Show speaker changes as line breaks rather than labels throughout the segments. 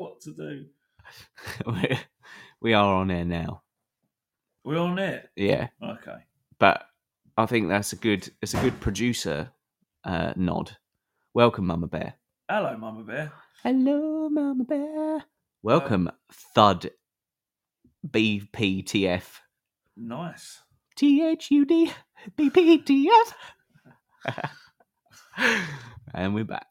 what to do.
We're- we are on air now.
We're on it.
Yeah,
Okay.
but I think that's a good it's a good producer uh, nod. Welcome, Mama Bear.
Hello, Mama Bear.
Hello, Mama Bear. Welcome, Thud. B P T F
Nice.
T H U D B P T F. And we're back.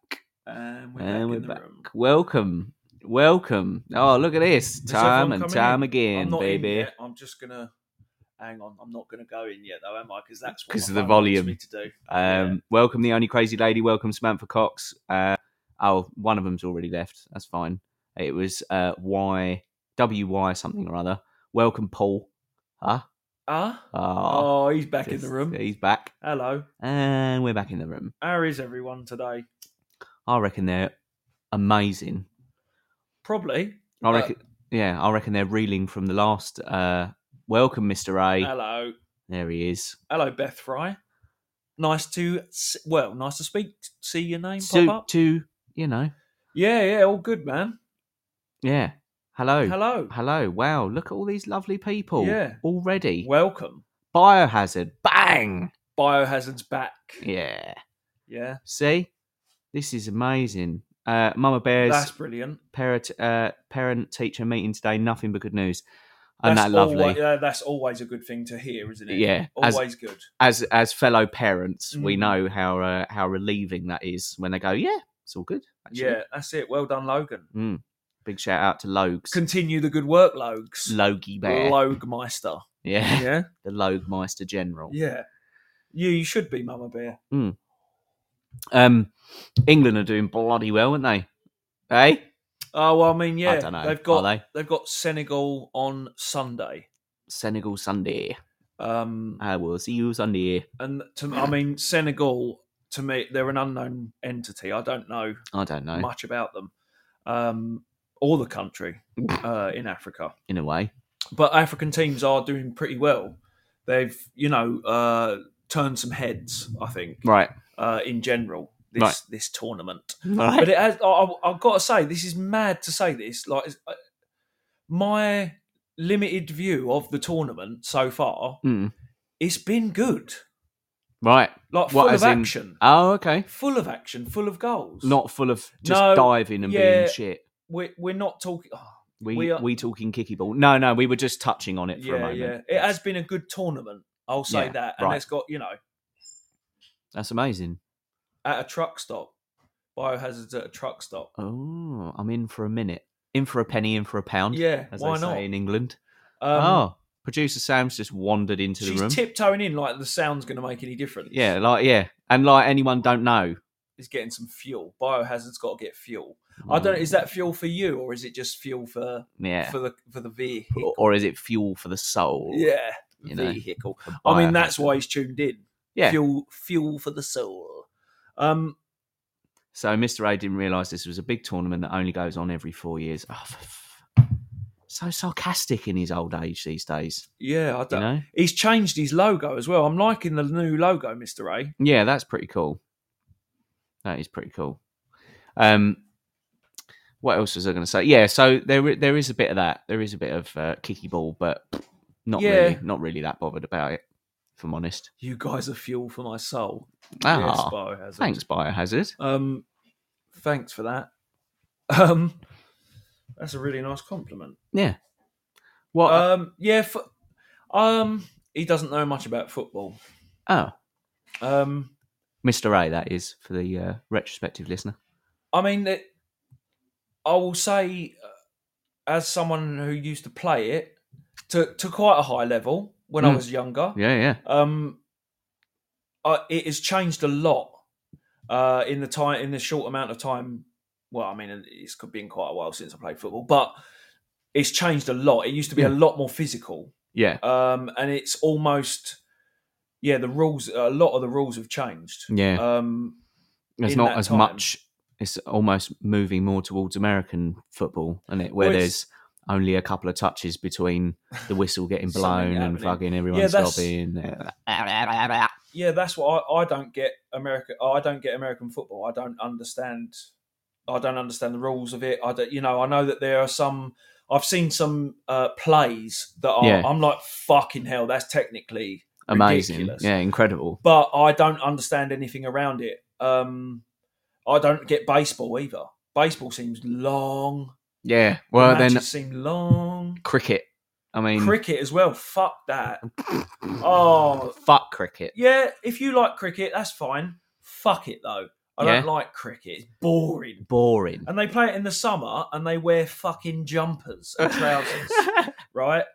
And we're
And
back
we're
in the
back.
room.
Welcome, welcome. Oh, look at this!
Is
Time
everyone
and
coming
time
in?
again,
I'm not in
baby.
yet. I'm just gonna hang on. I'm not gonna go in yet, though, am I? Because that's what
'Cause
my
of the
phone wants
volume.
me to do. Yeah.
Um, Welcome the only crazy lady. Welcome Samantha Cox. Uh, oh, one of them's already left. That's fine. It was uh, Y W Y something or other. Welcome Paul. Huh?
Ah.
Ah,
Oh, he's back in the
just-
room.
He's back,
Hello.
and we're back in the room.
How is everyone today?
I reckon they're amazing.
Probably.
I
Uh,
reckon, yeah, I reckon they're reeling from the last. Uh, welcome, Mister A.
Hello.
there he is.
Hello, Beth Fry. Nice to s- well, nice to speak. See your name pop
To,
up.
to you know,
Yeah, yeah, all good, man.
yeah. Hello.
Hello.
Hello. Wow, look at all these lovely people.
Yeah.
Already.
Welcome.
Biohazard. Bang.
Biohazard's back.
Yeah.
Yeah,
See? This is amazing. Uh Mama Bear's
that's brilliant.
parent uh, parent teacher meeting today, nothing but good news.
That's
And that lovely.
alwa- yeah, that's always a good thing to hear, isn't it?
Yeah, as-
always good.
As as fellow parents, we
Mm.
know how uh, how relieving that is when they go, Yeah, it's all good. Actually.
Yeah, that's it. Well done, Logan.
Big shout out to Logs.
Continue the good work, Logs.
Logie Bear.
Logmeister.
yeah.
Yeah,
The Logmeister General.
yeah. You, you should be Mama Bear.
Um England are doing bloody well, aren't they? Hey?
Oh well, I mean, yeah,
I don't know.
they've got
are they?
they've got Senegal on Sunday.
Senegal Sunday.
Um,
I will see you Sunday.
and to, I mean Senegal to me they're an unknown entity. I don't know
I don't know.
much about them um, or the country uh, in Africa,
in a way.
but African teams are doing pretty well. They've you know uh, turned some heads, I think,
Right.
uh, in general this
Right.
this tournament.
Right.
But it has, I, I- I've got to say, this is mad to say this. Like it's, uh, my limited view of the tournament so far,
Mm.
it's been good.
Right.
Like
What,
full
as
of
in-
action.
Oh, okay.
full of action, full of goals.
Not full of just
No,
diving and
yeah.
being shit.
we're, we're not talking. oh,
We
We
we,
are-
talking kicky ball. No, no, we were just touching on it for a
yeah, yeah.
moment.
It has been a good tournament. I'll say
Yeah,
that, and
right.
it's got you know
That's amazing.
at a truck stop, biohazards at a truck stop.
Oh, I'm in for a minute. In for a penny, in for a pound.
Yeah,
As
why
they
not?
say in England.
Um,
oh, producer Sam's just wandered into the
she's
room.
tiptoeing in like the sound's going to make any difference.
yeah, like yeah, and like anyone don't know.
is getting some fuel. Biohazard's got to get fuel. I don't. Is that fuel for you, or is it just fuel for
Mm. yeah,
for the for the
or,
vehicle?
or is it fuel for the soul?
yeah,
you know,
vehicle.
For
I mean,
biohazard.
that's why he's tuned in.
Yeah.
fuel, fuel for the soul. Um,
So Mr. A didn't realise this was a big tournament that only goes on every four years. Oh, for f- so sarcastic in his old age these days.
yeah, I don't.
You know?
He's changed his logo as well. I'm liking the new logo, Mister A.
Yeah, that's pretty cool. That is pretty cool. Um, what else was I going to say? Yeah, so there there is a bit of that. There is a bit of uh, kicky ball, but not
Yeah.
really, not really that bothered about it. If I'm honest.
You guys are fuel for my soul. Yes,
Ah,
Biohazard.
thanks, Biohazard.
Um, thanks for that. Um, that's a really nice compliment.
Yeah. What?
Um, yeah. Fo- um, he doesn't know much about football.
oh,
Um,
Mr. A, that is for the uh, retrospective listener.
I mean, it, I will say, uh, as someone who used to play it to to quite a high level when I
Mm.
was younger,
Yeah, yeah.
um, I, it has changed a lot uh, in the time in the short amount of time. Well, I mean, it's been quite a while since I played football, but it's changed a lot. It used to be a lot more physical,
Yeah.
um, and it's almost yeah. The rules, a lot of the rules have changed.
Yeah.
Um,
There's
in
not
that
as
time.
much. It's almost moving more towards American football, and it where
Well, it's-
there's only a couple of touches between the whistle getting
Something
blown and
happening.
fucking everyone
Yeah, that's-
stopping.
yeah, that's what I, I don't get. America, I don't get American football. I don't understand I don't understand the rules of it. I don't, you know, I know that there are some. I've seen some uh, plays that are.
Yeah.
I'm like fucking hell. That's technically
Amazing.
ridiculous.
Yeah, incredible.
but I don't understand anything around it. Um, I don't get baseball either. Baseball seems long.
Yeah. Well,
matches
then
seem long.
cricket. I mean,
Cricket as well. Fuck that. Oh
fuck cricket.
yeah, if you like cricket, that's fine. Fuck it though. I don't
Yeah.
like cricket. It's boring.
Boring.
And they play it in the summer, and they wear fucking jumpers and trousers, right?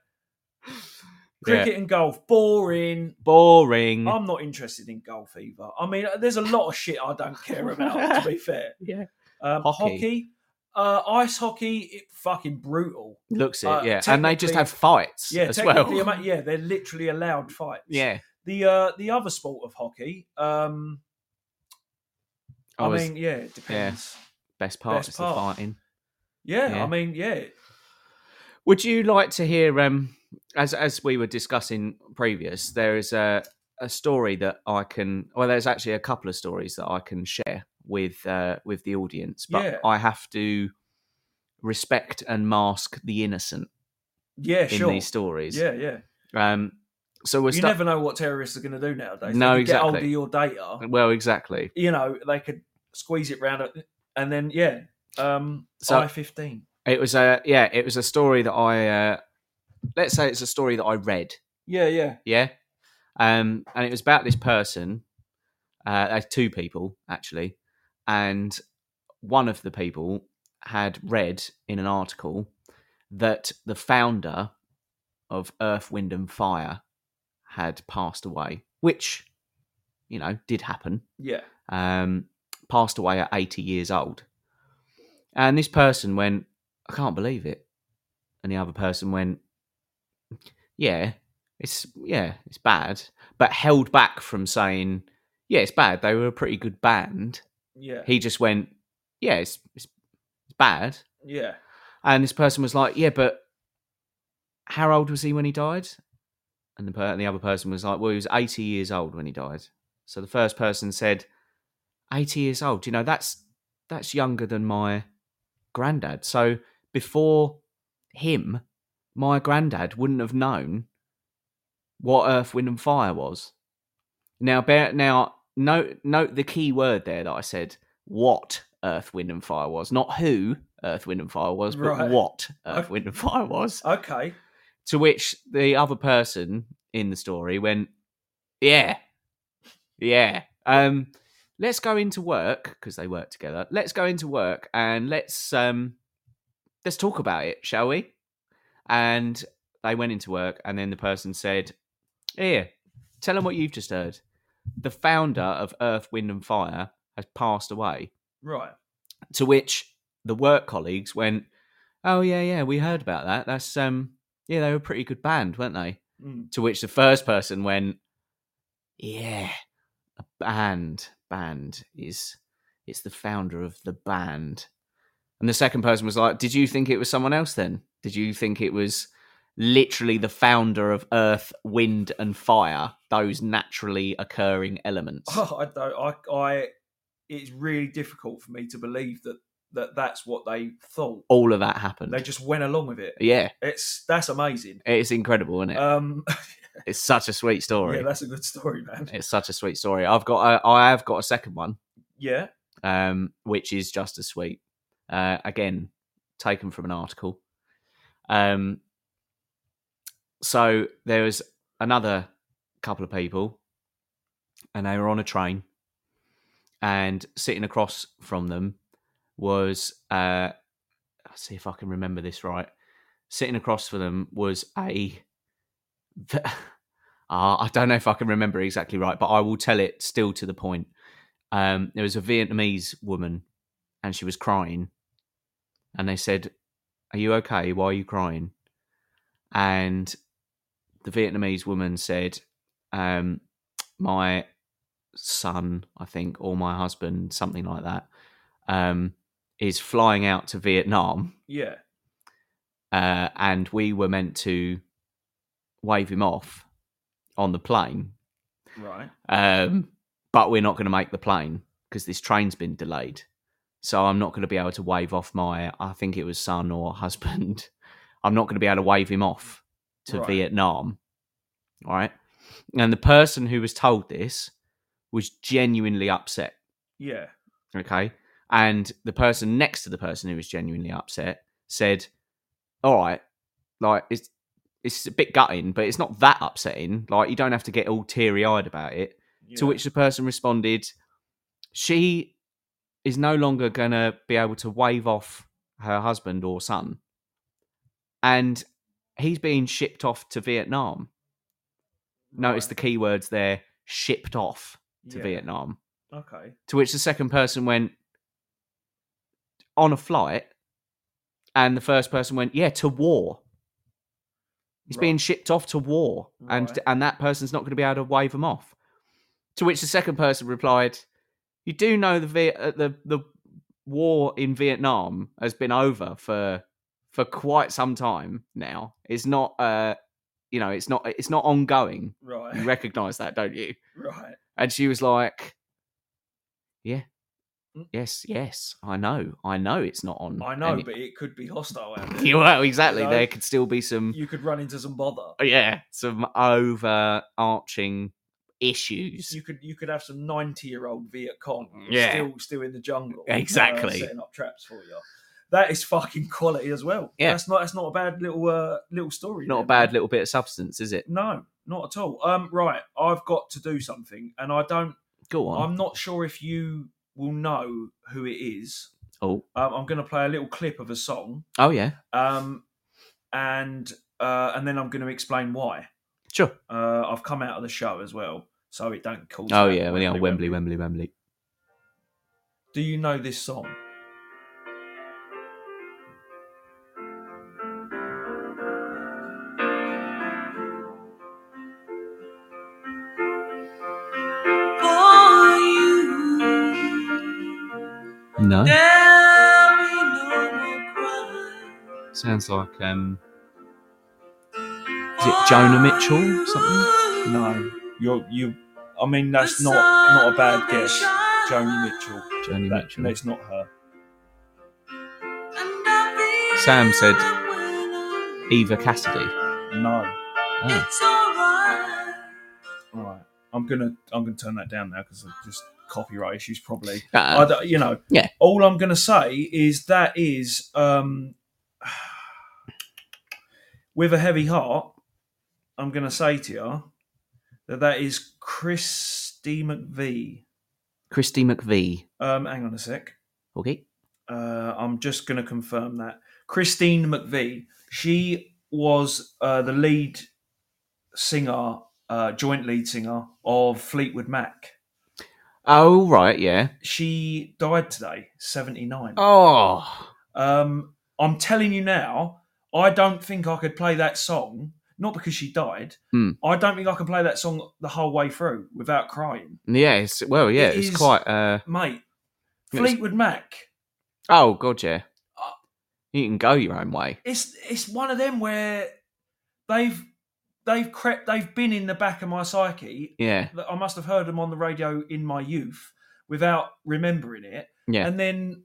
Cricket and golf, boring.
Boring.
I'm not interested in golf either. I mean, there's a lot of shit I don't care about. to be fair,
yeah.
um,
Hockey.
hockey, uh, ice hockey, it fucking brutal.
Looks it.
Uh,
yeah. And they just
technically-
have fights
Yeah,
as well.
technically, ama- yeah, they're literally allowed fights.
Yeah.
the uh, the other sport of hockey, um,
I,
I,
was
mean, yeah, it depends.
Oh, best part
best
is
part.
the fighting.
Yeah.
Yeah.
I mean, yeah,
Would you like to hear? Um, as as we were discussing previous, there is a a story that I can. Well, there's actually a couple of stories that I can share with uh, with the audience, but
Yeah.
I have to respect and mask the innocent
yeah,
in
sure,
these stories.
yeah, yeah.
Um. So we're
you
sta-
never know what terrorists are going to do nowadays.
No,
they could Get hold of
exactly.
your data.
well exactly.
You know, they could squeeze it round, it, and then yeah, um,
So-
I fifteen.
It was a yeah. It was a story that I uh, let's say it's a story that I read.
Yeah, yeah,
Yeah. Um, and it was about this person, uh, uh, two people actually, and one of the people had read in an article that the founder of Earth, Wind, and Fire had passed away, which, you know, did happen.
yeah.
Um, passed away at 80 years old. And this person went, I can't believe it. And the other person went, Yeah, it's yeah, it's bad, but held back from saying, Yeah, it's bad. They were a pretty good band.
Yeah.
He just went, Yeah, it's it's, it's bad.
yeah.
And this person was like, "Yeah, but how old was he when he died?" And the, per- and the other person was like, "Well, he was eighty years old when he died." So the first person said, 80 years old. You know, that's that's younger than my granddad. So before him, my granddad wouldn't have known what Earth, Wind, and Fire was." Now, bear, now, note note the key word there that I said: what Earth, Wind, and Fire was, not who Earth, Wind, and Fire was, but
Right.
what Earth,
Okay.
Wind, and Fire was.
Okay.
To which the other person in the story went, "Yeah, yeah. Um, let's go into work because they work together. Let's go into work and let's um, let's talk about it, shall we?" And they went into work, and then the person said, "Here, tell them what you've just heard. The founder of Earth, Wind, and Fire has passed away."
Right.
To which the work colleagues went, "Oh yeah, yeah, we heard about that. That's um, yeah, they were a pretty good band, weren't they?"
Mm.
To which the first person went, "Yeah, a band. Band is it's the founder of the band." And the second person was like, "Did you think it was someone else? Then did you think it was?" Literally, the founder of Earth, Wind, and Fire, those naturally occurring elements.
Oh, I don't. I. I. It's really difficult for me to believe that that that's what they thought.
All of that happened.
They just went along with it.
yeah,
It's that's amazing.
it's incredible, isn't it?
Um.
it's such a sweet story.
Yeah, that's a good story, man.
It's such a sweet story. I've got a, I have got a second one,
Yeah.
um, which is just as sweet. Uh, again, taken from an article. Um, so there was another couple of people, and they were on a train, and sitting across from them was uh, let's see if I can remember this right. Sitting across from them was a. Ah, I don't know if I can remember exactly right, but I will tell it still to the point um, there was a Vietnamese woman and she was crying. And they said, Are you okay? Why are you crying? And the Vietnamese woman said, um, My son, I think, or my husband, something like that, um, is flying out to Vietnam.
Yeah.
Uh, and we were meant to wave him off on the plane
Right.
um, but we're not going to make the plane because this train's been delayed. So I'm not going to be able to wave off my, I think it was son or husband. I'm not going to be able to wave him off to
Right.
Vietnam. All right. And the person who was told this was genuinely upset.
Yeah.
Okay. And the person next to the person who was genuinely upset said, All right, like it's it's a bit gutting, but it's not that upsetting. Like you don't have to get all teary eyed about it.
yeah.
To which the person responded, She is no longer gonna be able to wave off her husband or son. And he's being shipped off to Vietnam. Notice the key words there, shipped off to
Yeah.
Vietnam.
Okay.
To which the second person went on a flight, and the first person went, "Yeah, to war." He's
Right.
being shipped off to war,
Right.
and and that person's not going to be able to wave him off. To which the second person replied, "You do know the Viet- uh, the the war in Vietnam has been over for for quite some time now. It's not uh you know it's not it's not ongoing. You
Right.
recognise that, don't you?"
Right.
And she was like, Yeah,
Mm.
yes, yes, I know, I know it's not on.
I know,
any-"
but it could be hostile out there.
Yeah, well, exactly.
know?
There could still be some,
you could run into some bother.
Oh, yeah, some overarching issues.
You could you could have some ninety year old Viet Cong
Yeah.
still still in the jungle. uh,
Exactly.
setting up traps for you. That is fucking quality as well.
Yeah.
That's not that's not a bad little uh, little story.
Not a
there,
bad
mate.
little bit of substance, is it?
No, not at all. Um right, I've got to do something and I don't
Go on.
I'm not sure if you will know who it is.
Oh,
Um, I'm gonna play a little clip of a song.
oh yeah,
Um and uh, and then I'm gonna explain why.
sure.
Uh, I've come out of the show as well, so it don't cause.
Oh
that
yeah, well, yeah, Wembley, Wembley, Wembley.
Do you know this song?
for you.
No,
There'll be no more crying.
sounds like um, Is it Jonah Mitchell or
something?
No. You're you. I mean, that's not not a bad guess. Joni Mitchell.
Joni
That,
Mitchell.
That's not her.
Sam said- Eva Cassidy.
No.
Ah.
It's alright.
All right. I'm gonna I'm gonna turn that down now because just copyright issues probably. I
Uh,
don't- you know.
Yeah.
All I'm gonna say is that is um, with a heavy heart. I'm gonna say to you that that is Christy McVie.
Christy McVie.
Um, hang on a sec.
Okay.
Uh, I'm just going to confirm that Christine McVie. She was uh, the lead singer, uh, joint lead singer of Fleetwood Mac.
Oh right, yeah.
She died today, 79.
Oh,
Um, I'm telling you now, I don't think I could play that song. Not because she died.
Hmm.
I don't think I can play that song the whole way through without crying,
yeah. It's, well, yeah.
It
it's
is-
quite. uh
mate.
It was-
Fleetwood Mac.
Oh god, yeah.
Uh,
You can go your own way.
it's it's one of them where they've they've crept they've been in the back of my psyche
Yeah,
that I must have heard them on the radio in my youth without remembering it
yeah,
and then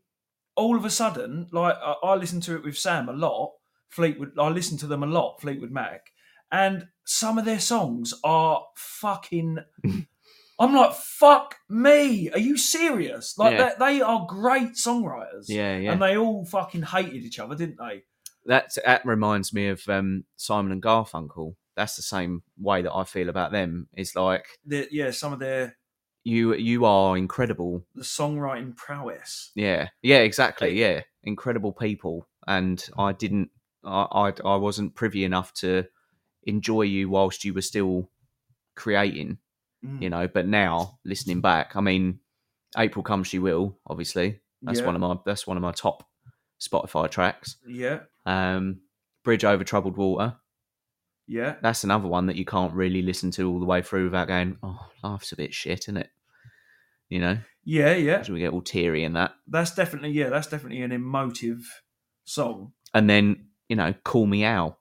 all of a sudden like I, I listened to it with Sam a lot Fleetwood I listened to them a lot Fleetwood Mac and some of their songs are fucking I'm like fuck me are you serious like
Yeah.
they, they are great songwriters
yeah, yeah.
and they all fucking hated each other didn't they
that that reminds me of um, Simon and Garfunkel. That's the same way that I feel about them. It's like
their, yeah, some of their
you you are incredible.
the songwriting prowess.
Yeah, yeah, exactly.
Hey.
Yeah, incredible people. And I didn't, I, I, I wasn't privy enough to enjoy you whilst you were still creating.
Mm.
you know. But now listening back, I mean, April Come She Will, obviously. That's
yeah,
one of my that's one of my top Spotify tracks.
yeah,
Um, Bridge over Troubled Water.
yeah,
That's another one that you can't really listen to all the way through without going, "Oh, life's a bit shit, isn't it?" You know,
yeah, yeah.
'cause we get all teary in that.
That's definitely yeah, that's definitely an emotive song.
And then you know, Call Me Out.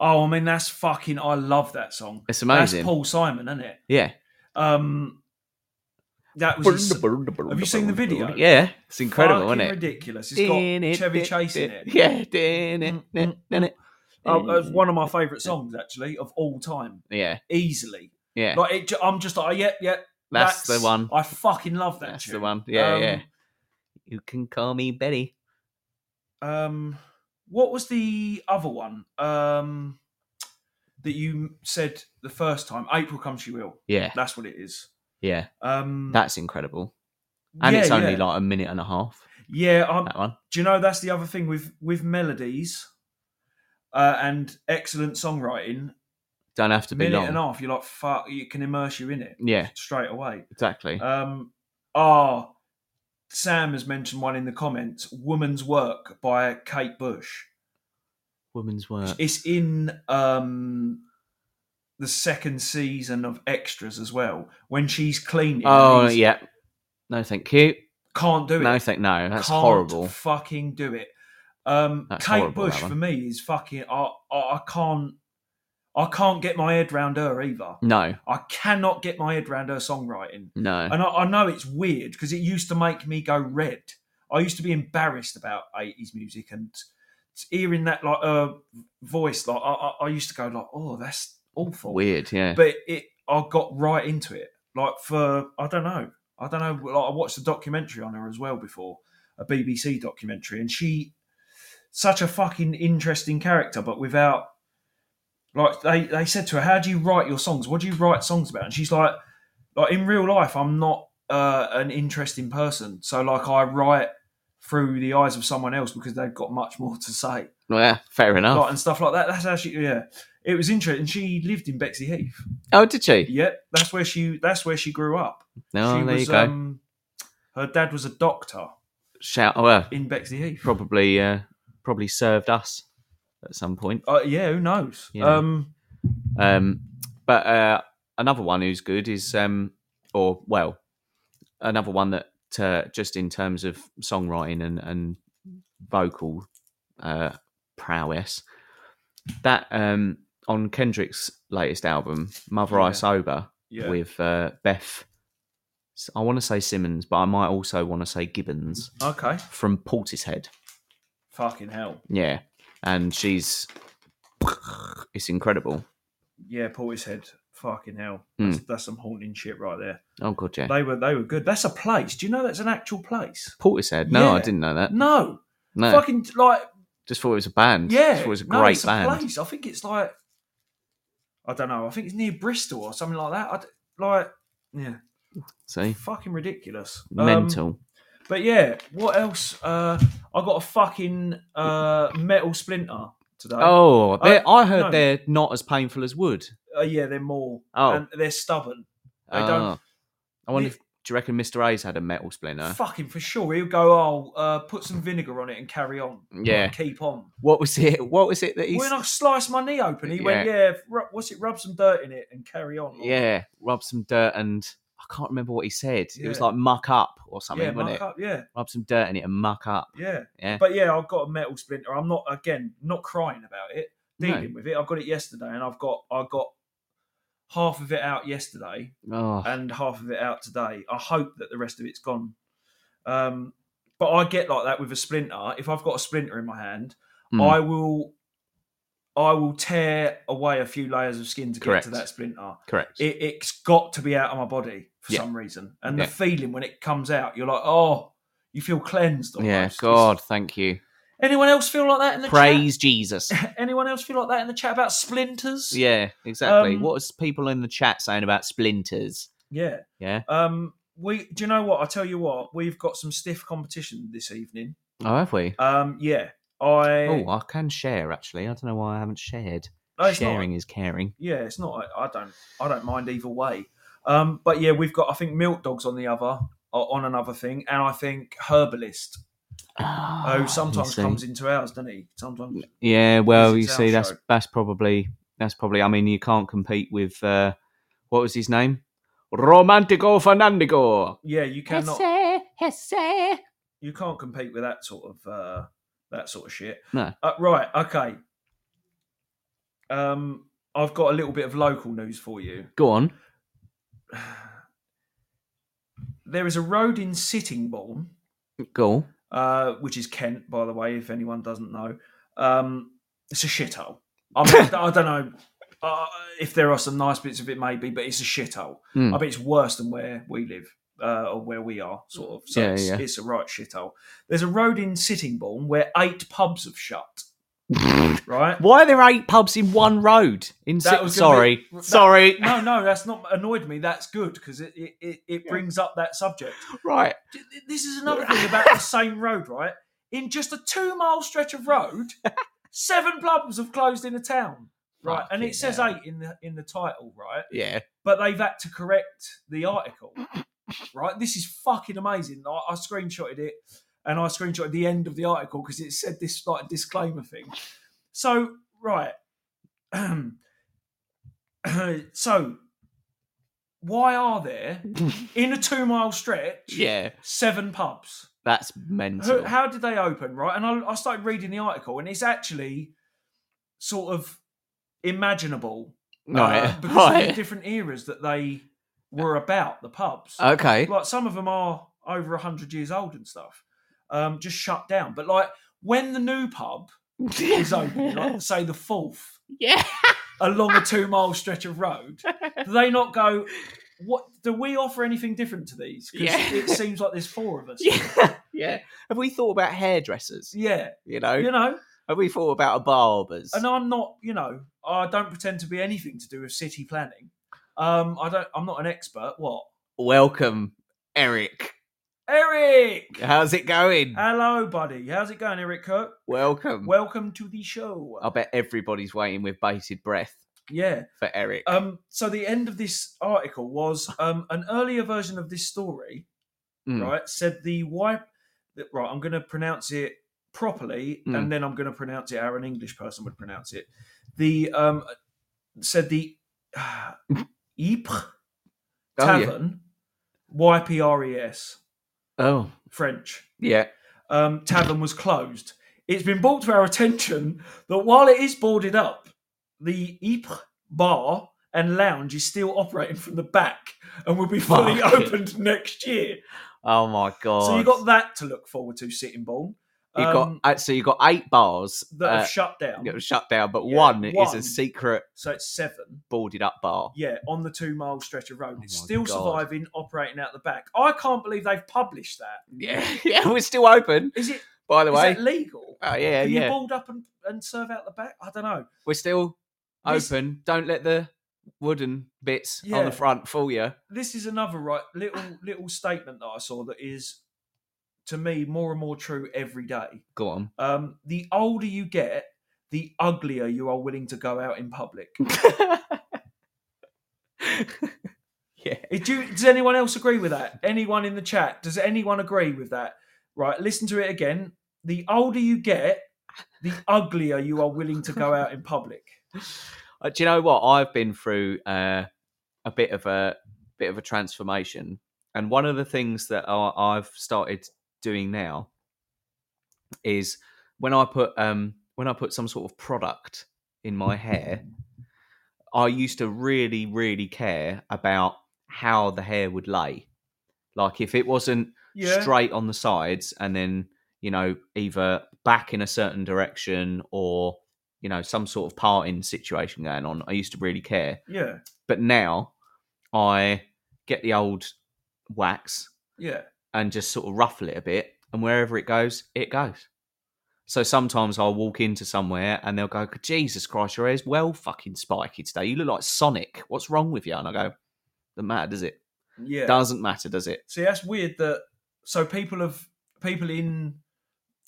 Oh, I mean that's fucking. I love that song.
It's
That's
amazing.
Paul Simon, isn't it?
Yeah,
Um, That was. his-
Have
have you seen the video?
Yeah, it's incredible,
Fucking
isn't it?
Ridiculous. It's got Chevy Chase in it.
Yeah, din it,
Mm,
din- din it.
Oh, that's one of my favourite songs actually of all time,
Mm, Yeah,
easily.
yeah.
Like it, ju- I'm just like, "Oh, yep, yep.
That's the one.
I fucking love that.
That's the
tune.
one. Yeah,
Um,
yeah. You can call me Betty.
Um, what was the other one? Um, that you said the first time, April Come She Will.
Yeah,
That's what it is.
yeah.
Um,
That's incredible. And it's
yeah,
only
yeah.
like a minute and a half.
yeah. I'm,
That one.
do you know that's the other thing with with melodies uh, and excellent songwriting?
Don't have to be
minute and a
long.
half, you're like fuck. You can immerse you in it
Yeah,
straight away.
exactly.
Um, ah, Sam has mentioned one in the comments. Woman's Work by Kate Bush.
Woman's work.
It's in um the second season of Extras as well. When she's cleaning,
Oh
and he's-
yeah. No, thank you.
can't do it.
No, thank no. That's
can't
horrible.
Fucking do it. Um,
That's
Kate
horrible,
Bush
that one.
for me is fucking. I, I I can't. I can't get my head round her either.
No,
I cannot get my head round her songwriting.
no.
And I, I know it's weird because it used to make me go red. I used to be embarrassed about 80s music and hearing that like uh, voice, like I, I, I used to go like, oh, that's awful.
Weird. Yeah.
But it, I got right into it. Like for I don't know, I don't know. Like I watched a documentary on her as well before, a BBC documentary, and she such a fucking interesting character, but without like they they said to her, "How do you write your songs? What do you write songs about?" And she's like, "Like in real life, I'm not uh, an interesting person, so like I write." Through the eyes of someone else because they've got much more to say,
Well, yeah. Fair enough.
like, and stuff like that. That's how she, yeah, it was interesting. She lived in Bexley Heath,
Oh, did she?
Yep, that's where she that's where she grew up.
No,
she
Oh, there
was
you go.
um her dad was a doctor
Shout. Oh, well,
in Bexley Heath.
probably. Uh, probably served us at some point.
Uh, yeah, who knows?
Yeah.
Um
Um, but uh, another one who's good is, um, or well, another one that uh, just in terms of songwriting and and vocal uh, prowess, that um, on Kendrick's latest album, Mother
Yeah.
I Sober,
yeah.
with uh, Beth. S- I want to say Simmons, but I might also want to say Gibbons
Okay.
from Portishead.
Fucking hell.
Yeah, and she's it's incredible.
Yeah, Portishead. Fucking hell.
Mm.
That's, that's some haunting shit right there.
Oh god, yeah.
They were they were good. That's a place. Do you know that's an actual place?
Portishead. No, I
Yeah.
didn't know that.
No.
No,
Fucking like
just thought it was a band.
yeah.
just thought it uh, was a
no,
great
it's
band.
A place. I think it's like I don't know. I think it's near Bristol or something like that. I d like yeah,
See,
fucking ridiculous. Um,
mental.
But yeah, what else? Uh, I got a fucking uh, metal splinter today.
oh, they're- I heard
no.
they're not as painful as wood.
Uh, yeah, they're more.
Oh.
and they're stubborn. They
Ah.
don't-
I wonder
Ni-
if do you reckon Mr. A's had a metal splinter?
Fucking for sure. He'll go. Oh, uh, put some vinegar on it and carry on.
Yeah.
keep on.
What was it? What was it that he?
When I sliced my knee open, he went, "Yeah, ru- what's it? Rub some dirt in it and carry on."
Yeah, rub some dirt and I can't remember what he said. It was
Yeah.
like muck up or something,
yeah, muck
wasn't it?
up. Yeah,
Rub some dirt in it and muck up.
yeah,
Yeah.
But yeah, I've got a metal splinter. I'm not again not crying about it.
No.
Dealing with it. I got it yesterday, and I've got I got half of it out yesterday.
Oh,
and half of it out today. I hope that the rest of it's gone. Um, but I get like that with a splinter. If I've got a splinter in my hand,
Mm.
I will, I will tear away a few layers of skin to get
Correct.
to that splinter.
correct.
It, it's got to be out of my body for
Yeah.
some reason. And
Yeah.
the feeling when it comes out, you're like, oh, you feel cleansed. Almost.
yeah,
It's-
God, thank you.
Anyone else feel like that in the
Praise Jesus.
chat? Anyone else feel like that in the chat about splinters?
Yeah, exactly.
Um,
what was people in the chat saying about splinters?
Yeah.
Yeah.
Um, we do you know what? I tell you what, we've got some stiff competition this evening.
Oh, have we?
Um, yeah, I.
Oh, I can share actually. I don't know why I haven't shared.
no, it's
Sharing
Not,
is caring.
yeah, it's not. I don't. I don't mind either way. Um, but yeah, we've got. I think milk dogs on the other on another thing, and I think herbalist
Oh,
who sometimes comes into ours, doesn't he? Sometimes.
Yeah, well, you
visits our
see, that's
show.
that's probably that's probably. I mean, you can't compete with uh, what was his name, Romantico Fernandigo.
Yeah, you cannot.
Hesse, Hesse.
You can't compete with that sort of uh, that sort of shit.
No.
Uh, right. Okay. Um, I've got a little bit of local news for you.
Go on.
there is a road in Sittingbourne,
Cool.
uh, which is Kent, by the way, if anyone doesn't know. Um, it's a shithole. I, mean, I don't know uh, if there are some nice bits of it, maybe, but it's a shithole.
Hmm.
I bet it's worse than where we live uh, or where we are, sort of. So
Yeah,
it's,
yeah.
it's a right shithole. There's a road in Sittingbourne where eight pubs have shut, right?
Why are there eight pubs in one road? In
That
Si-
was gonna
sorry,
be- that-
sorry.
No, no, that's not annoyed me. That's good because it, it, it, it brings up that subject.
right.
This is another thing about the same road, right? In just a two mile stretch of road, seven pubs have closed in a town. Right, and
Fucking
it says
hell.
eight in the in the title, right?
Yeah.
but they've had to correct the article. right? This is fucking amazing. I, I screenshotted it and I screenshotted the end of the article because it said this like disclaimer thing. So, right. so, why are there in a two mile stretch
Yeah.
seven pubs?
That's
Who,
mental.
how did they open, right? And I, I started reading the article and it's actually sort of imaginable
right.
uh, because of the
right. Uh,
different eras that they were about the pubs.
Okay.
like some of them are over hundred years old and stuff, um, just shut down. But like when the new pub is open, like say the fourth,
yeah.
along a two mile stretch of road, do they not go? What do we offer anything different to these? 'Cause
Yeah.
it seems like there's four of us.
Yeah. Yeah. Have we thought about hairdressers?
Yeah,
You know?
you know,
Have we thought about a barbers?
and I'm not, you know, I don't pretend to be anything to do with city planning. Um, I don't. I'm not an expert. What,
Welcome, Eric.
Eric?
How's it going?
Hello, buddy. How's it going, Eric Kirk?
Welcome.
Welcome to the show.
I bet everybody's waiting with bated breath
yeah.
for Eric.
Um, so the end of this article was um, an earlier version of this story,
Mm.
right? Said the wife. that- Right, I'm going to pronounce it properly,
Mm.
and then I'm going to pronounce it how an English person would pronounce it. The um, said the uh, Ypres
oh, yeah.
Tavern, Y P R E S,
oh,
French.
yeah.
um, tavern was closed. It's been brought to our attention that while it is boarded up, the Ypres bar and lounge is still operating from the back and will be fully
Fuck.
opened next year.
Oh my god.
So you got that to look forward to, sitting ball.
You got uh, so you got eight bars
that
uh,
have shut down.
that were shut down, but
Yeah,
one, is
one.
a secret
So it's seven.
boarded up bar.
Yeah, on the two mile stretch of road.
Oh
it's
my
still
God.
surviving, operating out the back. I can't believe they've published that.
Yeah, yeah, we're still open.
Is it
By the
is
way,
that legal?
oh yeah,
Can
yeah,
you board up and, and serve out the back? I don't know.
we're still
This-
open. Don't let the wooden bits on
Yeah.
the front fool you.
this is another right little little statement that I saw that is to me more and more true every day.
Go on.
Um, the older you get, the uglier you are willing to go out in public.
yeah,
Do you, does anyone else agree with that? Anyone in the chat? Does anyone agree with that? Right, listen to it again. The older you get, the uglier you are willing to go out in public.
Uh, do you know what? I've been through uh, a bit of a bit of a transformation, and one of the things that I, I've started doing now is when I put um, when I put some sort of product in my hair, I used to really really care about how the hair would lay, like if it wasn't
Yeah,
straight on the sides and then you know either back in a certain direction or you know some sort of parting situation going on i used to really care
yeah,
but now i get the old wax
yeah.
and just sort of ruffle it a bit and wherever it goes it goes so sometimes i'll walk into somewhere and they'll go jesus christ your hair's well fucking spiky today you look like sonic what's wrong with you and i go doesn't matter does it
Yeah.
doesn't matter does it
See, that's weird that so people have people in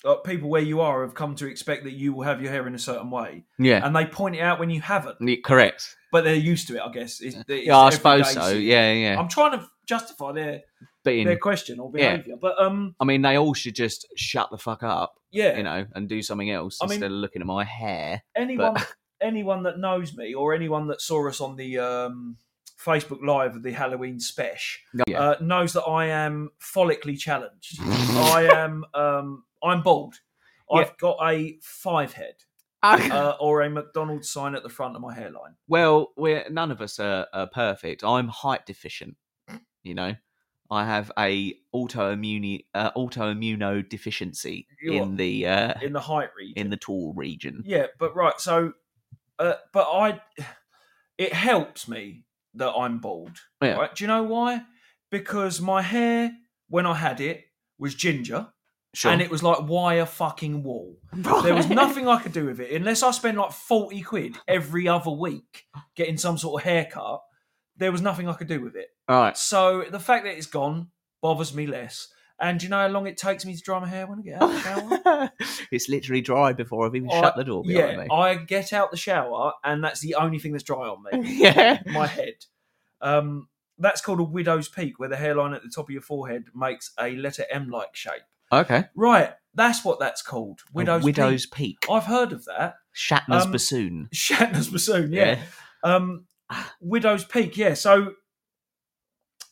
uh, people where you are have come to expect that you will have your hair in a certain way,
yeah
and they point it out when you haven't.
correct
But they're used to it, I guess. It's, it's
yeah, I
everyday
suppose so.
shit.
Yeah, yeah.
I'm trying to justify their
but in,
their question or
Yeah.
behaviour, but um,
I mean, they all should just shut the fuck up,
yeah,
you know, and do something else
I mean-
instead of looking at my hair.
anyone anyone that knows me or anyone that saw us on the um, Facebook Live of the Halloween special
Yeah.
uh, knows that I am follically challenged. I am um, I'm bald. I've got a five head. uh, or a McDonald's sign at the front of my hairline.
well, we're none of us are, are perfect. I'm height deficient, you know. I have a autoimmune uh, autoimmuno deficiency
You
in
what?
the uh,
in the height region.
in the tall region.
Yeah, but right, so, uh, but I, it helps me that I'm bald.
Yeah.
Right? Do you know why? Because my hair when I had it was ginger,
Sure.
and it was like wire fucking wall. There was nothing I could do with it unless I spent like forty quid every other week getting some sort of haircut. There was nothing I could do with it.
All right.
So the fact that it's gone bothers me less. And do you know how long it takes me to dry my hair when I get out of the shower?
it's literally dry before I've even
I-
shut the door behind
yeah, I get out the shower, and that's the only thing that's dry on me.
me. yeah.
my head. Um, that's called a widow's peak, where the hairline at the top of your forehead makes a letter M-like shape.
Okay.
Right, that's what that's called.
A
Widow's,
Widow's Peak.
peak. I've heard of that.
Shatner's
Um,
bassoon.
Shatner's bassoon, yeah. Um, widow's peak, yeah. So,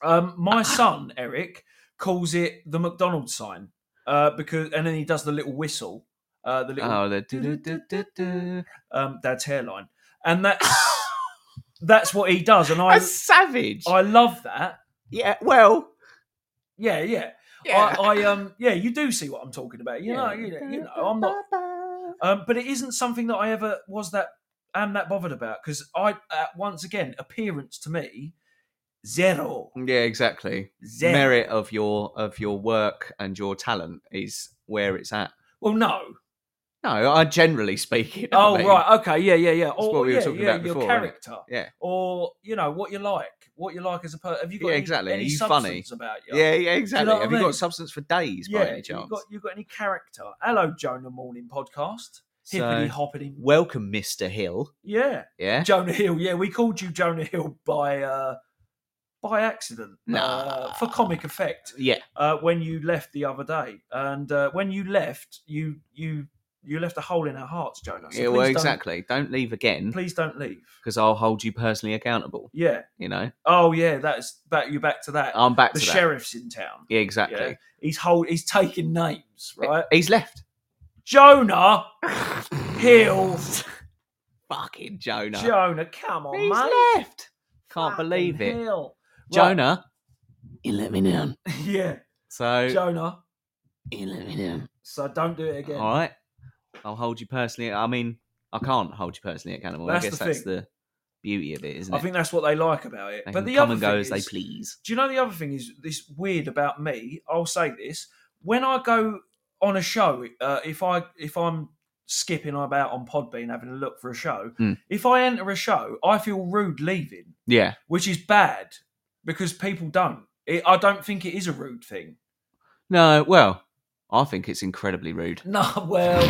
um, my son Eric calls it the McDonald's sign uh, because, and then he does the little whistle, uh, the little
Oh, the do-do-do-do-do.
um, dad's hairline, and that's that's what he does, and I
That's savage.
I love that.
yeah. Well.
Yeah, yeah.
Yeah.
I, I um yeah, you do see what I'm talking about. You know, you know, you know I'm not um but it isn't something that I ever was that am that bothered about because I uh, once again appearance to me zero
Yeah. Exactly.
zero.
Merit of your of your work and your talent is where it's at.
Well, no.
No, I generally speaking. I
Oh
mean,
right, okay, yeah, yeah, yeah. Or
what we were
yeah,
talking
yeah,
about
your
before, wasn't it?
character,
Yeah.
or you know what you like, what you like as a person. Have you got
Yeah,
any,
exactly.
any
Are you funny?
substance about you?
Yeah, yeah, exactly.
what I
Have you
mean?
got substance for days by any
You
chance?
got you got any character? Hello, Jonah Morning Podcast.
So-
Hippity hoppity.
Welcome, Mister Hill.
Yeah.
Yeah,
Jonah Hill. Yeah, we called you Jonah Hill by uh, by accident,
Nah.
uh, for comic effect.
yeah.
Uh, when you left the other day, and uh, when you left, you you you left a hole in our hearts, Jonah. So
yeah,
please
well,
don't-
exactly. Don't leave again
Please don't leave.
because I'll hold you personally accountable.
Yeah.
You know,
Oh yeah, that's back. You back to that.
I'm Oh, back
the
to that.
sheriff's in town.
Yeah, exactly.
Yeah. He's hold. He's taking names, right?
He's left.
Jonah Hill.
Fucking Jonah.
Jonah, come on,
He's
mate.
left. Can't
Fucking
believe it.
hell. Right.
Jonah, you let me down.
Yeah,
So Oh,
Jonah.
you let me down.
So don't do it again.
All right, I'll hold you personally. I mean, I can't hold you personally accountable.
That's
I guess
the
that's
thing.
the beauty of it, isn't
I
it?
think that's what they like about it.
they
but
can
the
come
other
and go
thing
as
is,
they please.
do you know the other thing is this weird about me? I'll say this: when I go on a show, uh, if I if I'm skipping about on Podbean having a look for a show,
Mm.
if I enter a show, I feel rude leaving,
Yeah.
which is bad because people don't. It, I don't think it is a rude thing.
No, well, I think it's incredibly rude.
No, well,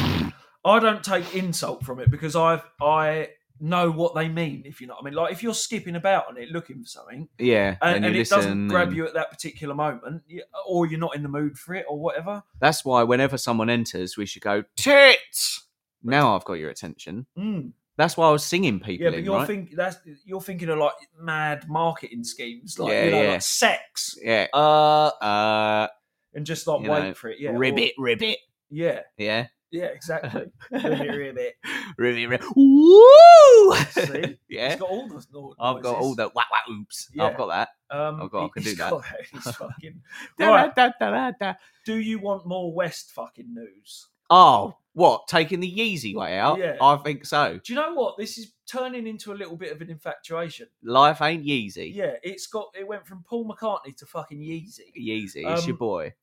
I don't take insult from it because I I know what they mean. If you know what I mean, like if you're skipping about on it looking for something.
Yeah,
and,
you
and it doesn't grab
and-
you at that particular moment, y- or you're not in the mood for it, or whatever.
That's why whenever someone enters, we should go tits. Now I've got your attention.
Mm.
That's why I was singing people
Yeah, but
in,
you're
right?
think that's you're thinking of like mad marketing schemes, like
Yeah,
you know,
yeah.
like sex,
yeah. Uh, uh,
and just like
You
wait
know,
for it. Yeah, or-
ribbit, ribbit.
yeah,
Yeah,
yeah, exactly. ribbit,
ribbit,
ribbit.
ribbit. Woo!
See?
yeah,
It's got all the. no-
I've got all
noises.
the wah wah oops. I've
Yeah.
got that.
Um,
I've got- Oh, I can
he's
do that.
got he's fucking.
Da,
Right.
da, da, da, da.
Do you want more West fucking news?
Oh, what? Taking the Yeezy way out?
Yeah.
I think so.
Do you know what this is turning into? A little bit of an infatuation.
Life ain't Yeezy.
Yeah, it's got. It went from Paul McCartney to fucking Yeezy.
Yeezy, it's your
Um,
boy.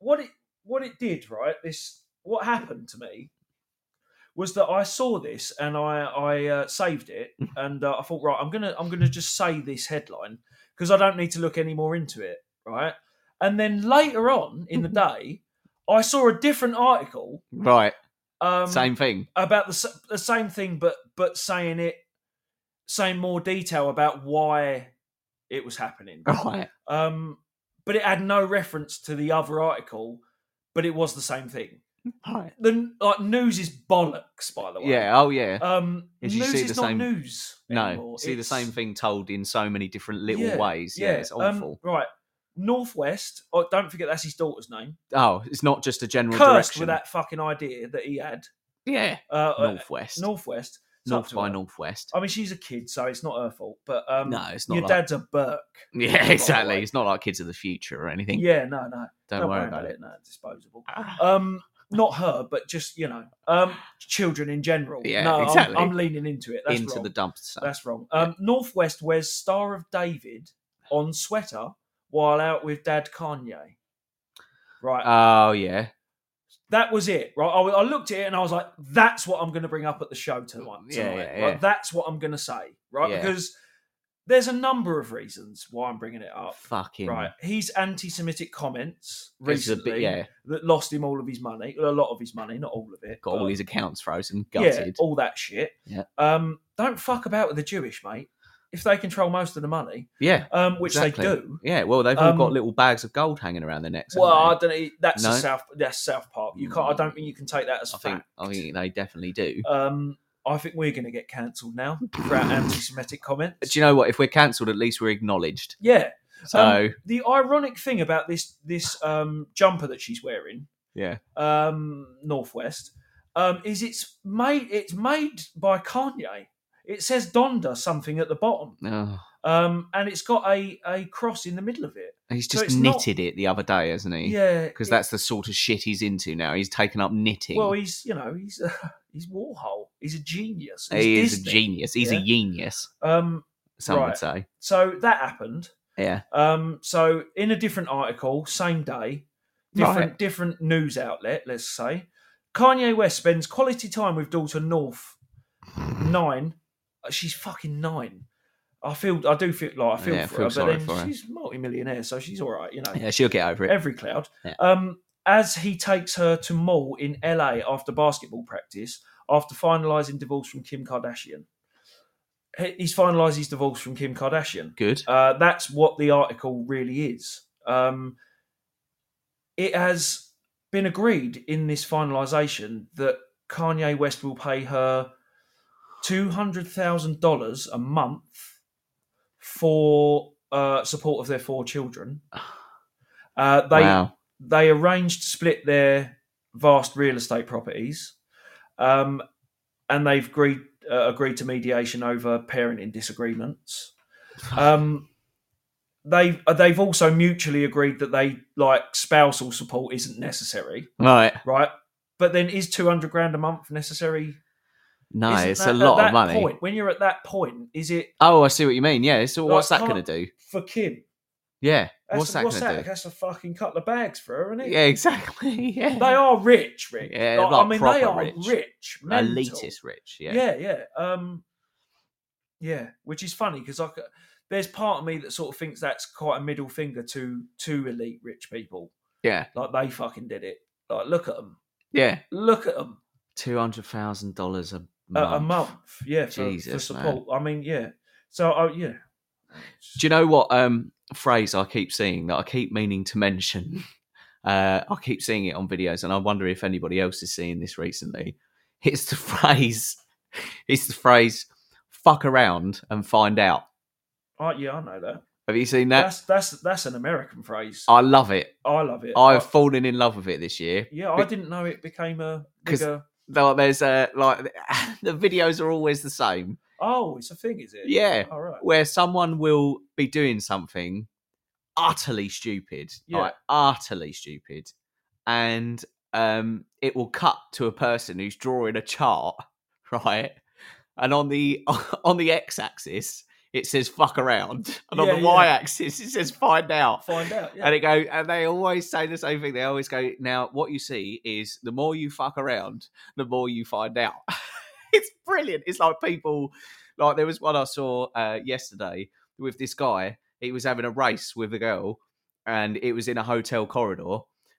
what it what it did right this what happened to me was that I saw this and I I uh, saved it and uh, I thought right I'm gonna I'm gonna just say this headline because I don't need to look any more into it right and then later on in the day I saw a different article
Right,
um,
same thing.
about the, s- the same thing but but saying it saying more detail about why it was happening
Right.
um, but it had no reference to the other article, but it was the same thing.
Right.
The like news is bollocks, by the way.
Yeah. Oh, yeah.
Um,
As
news
you see
is
the
not
same-
news.
no,
anymore.
see the
It's-
same thing told in so many different little
Yeah,
ways. Yeah, it's
um,
awful.
right. Northwest. Oh, don't forget that's his daughter's name.
oh, it's not just a general
Cursed
direction.
with that fucking idea that he had.
Yeah,
Uh, uh,
northwest.
Northwest up
North
to
by
her.
Northwest.
I mean, she's a kid, so it's not her fault. But um,
no, it's not.
your
like,
dad's a Burke.
yeah, exactly.
like-
It's not like Kids of the Future or anything.
Yeah, no, no.
Don't, worry about it.
No, it's disposable.
Ah.
Um, not her, but just you know, um, children in general.
Yeah,
no, I'm-
exactly.
I'm, leaning into it. That's
Into
wrong.
the dumpster.
That's wrong. Um, Northwest wears Star of David on sweater while out with Dad Kanye. Right,
oh yeah.
that was it. Right, I, w- I looked at it and I was like, "That's what I'm going to bring up at the show tonight." tonight.
Yeah, yeah,
Like,
yeah.
that's what I'm going to say. Right,
Yeah.
because there's a number of reasons why I'm bringing it up.
Fucking
Oh, Right, he's anti-Semitic comments
This is a
recently
bit- yeah,
that lost him all of his money, a lot of his money, not all of it.
got all
but-
his accounts frozen,
uh, yeah,
gutted.
all that shit.
Yeah.
Um, don't fuck about with the Jewish, mate. If they control most of the money,
Yeah,
um, which
Exactly.
they do.
yeah. Well, they've all
Um,
got little bags of gold hanging around their necks. haven't
Well, I
they?
don't. know, That's
No.
the South. That's South Park. You can't. I don't think you can take that as
I
fact.
think I think they definitely do.
Um, I think we're going to get cancelled now for our anti-Semitic comments.
Do you know what? If we're cancelled, at least we're acknowledged.
Yeah.
So
The ironic thing about this this um, jumper that she's wearing,
yeah,
um, Northwest, um, is it's made it's made by Kanye. It says Donda something at the bottom.
oh,
um, and it's got a, a cross in the middle of it.
he's
So
just
it's not-
knitted it the other day, hasn't he?
Yeah,
because
it-
that's the sort of shit he's into now. He's taken up knitting.
well, he's you know he's uh, he's Warhol. He's a genius. He's
he is a
Disney.
genius. He's a
yeah.
genius.
Um,
Some
Right.
would say.
so that happened.
Yeah.
Um, so in a different article, same day, different different news outlet, let's say, Kanye West spends quality time with daughter North nine. Uh, She's fucking nine. I feel I do feel like I feel
Yeah, I
for
feel
her,
sorry
but then
for her.
she's multi-millionaire, so she's all right, you know.
Yeah, she'll get over it.
every cloud.
Yeah.
Um, as he takes her to mall in LA after basketball practice, after finalizing divorce from Kim Kardashian, He- he's finalized his divorce from Kim Kardashian.
Good.
Uh, that's what the article really is. Um, it has been agreed in this finalization that Kanye West will pay her two hundred thousand dollars a month for uh, support of their four children. Uh, they
wow.
they arranged to split their vast real estate properties, um, and they've agreed uh, agreed to mediation over parenting disagreements. Um, they've uh, they've also mutually agreed that they like spousal support isn't necessary,
Right.
right? But then is two hundred grand a month necessary?
No,
Isn't
it's
that-
a
at
lot
that
of money.
Point, when you're at that point, is it
Oh, I see what you mean. Yeah. So
Like,
what's that
can't-
going to do?
for Kim?
Yeah.
That's
what's
a-
that
what's
going to
that? That's a fucking couple of bags for her,
do?
isn't it?
Yeah, exactly. Yeah.
They are rich, Rick.
Yeah,
Like,
like
I mean, they
proper
are
rich.
rich. mental.
elitist rich. Yeah.
Yeah, yeah. Um, yeah, which is funny because I, c- there's part of me that sort of thinks that's quite a middle finger to to elite rich people.
Yeah.
Like they fucking did it. Like look at them.
Yeah.
Look at them.
Two hundred thousand dollars a
A,
month.
a month. Yeah, for, for
Jesus, man.
support. I mean, yeah. So, uh, yeah.
Do you know what um, phrase I keep seeing that I keep meaning to mention? Uh, I keep seeing it on videos, and I wonder if anybody else is seeing this recently. It's the phrase. It's the phrase. Fuck around and find out.
Oh, yeah, I know that.
Have you seen that?
That's that's that's an American phrase. I,
I love it.
love it.
I've
I-
fallen in love with it this year.
yeah, I didn't know it became a
'Cause-
bigger.
Like, there's uh, like the videos are always the same.
Oh, it's a thing, is it?
Yeah.
All right.
where someone will be doing something utterly stupid,
Yeah.
like utterly stupid, and um, it will cut to a person who's drawing a chart, right? And on the on the x-axis, it says "fuck around," and on
Yeah,
the
yeah.
y-axis, it says "find out."
Find out. Yeah.
And it go, and they always say the same thing. They always go, "Now, what you see is the more you fuck around, the more you find out." it's brilliant. It's like people, like there was one I saw uh, yesterday with this guy. He was having a race with a girl, and it was in a hotel corridor,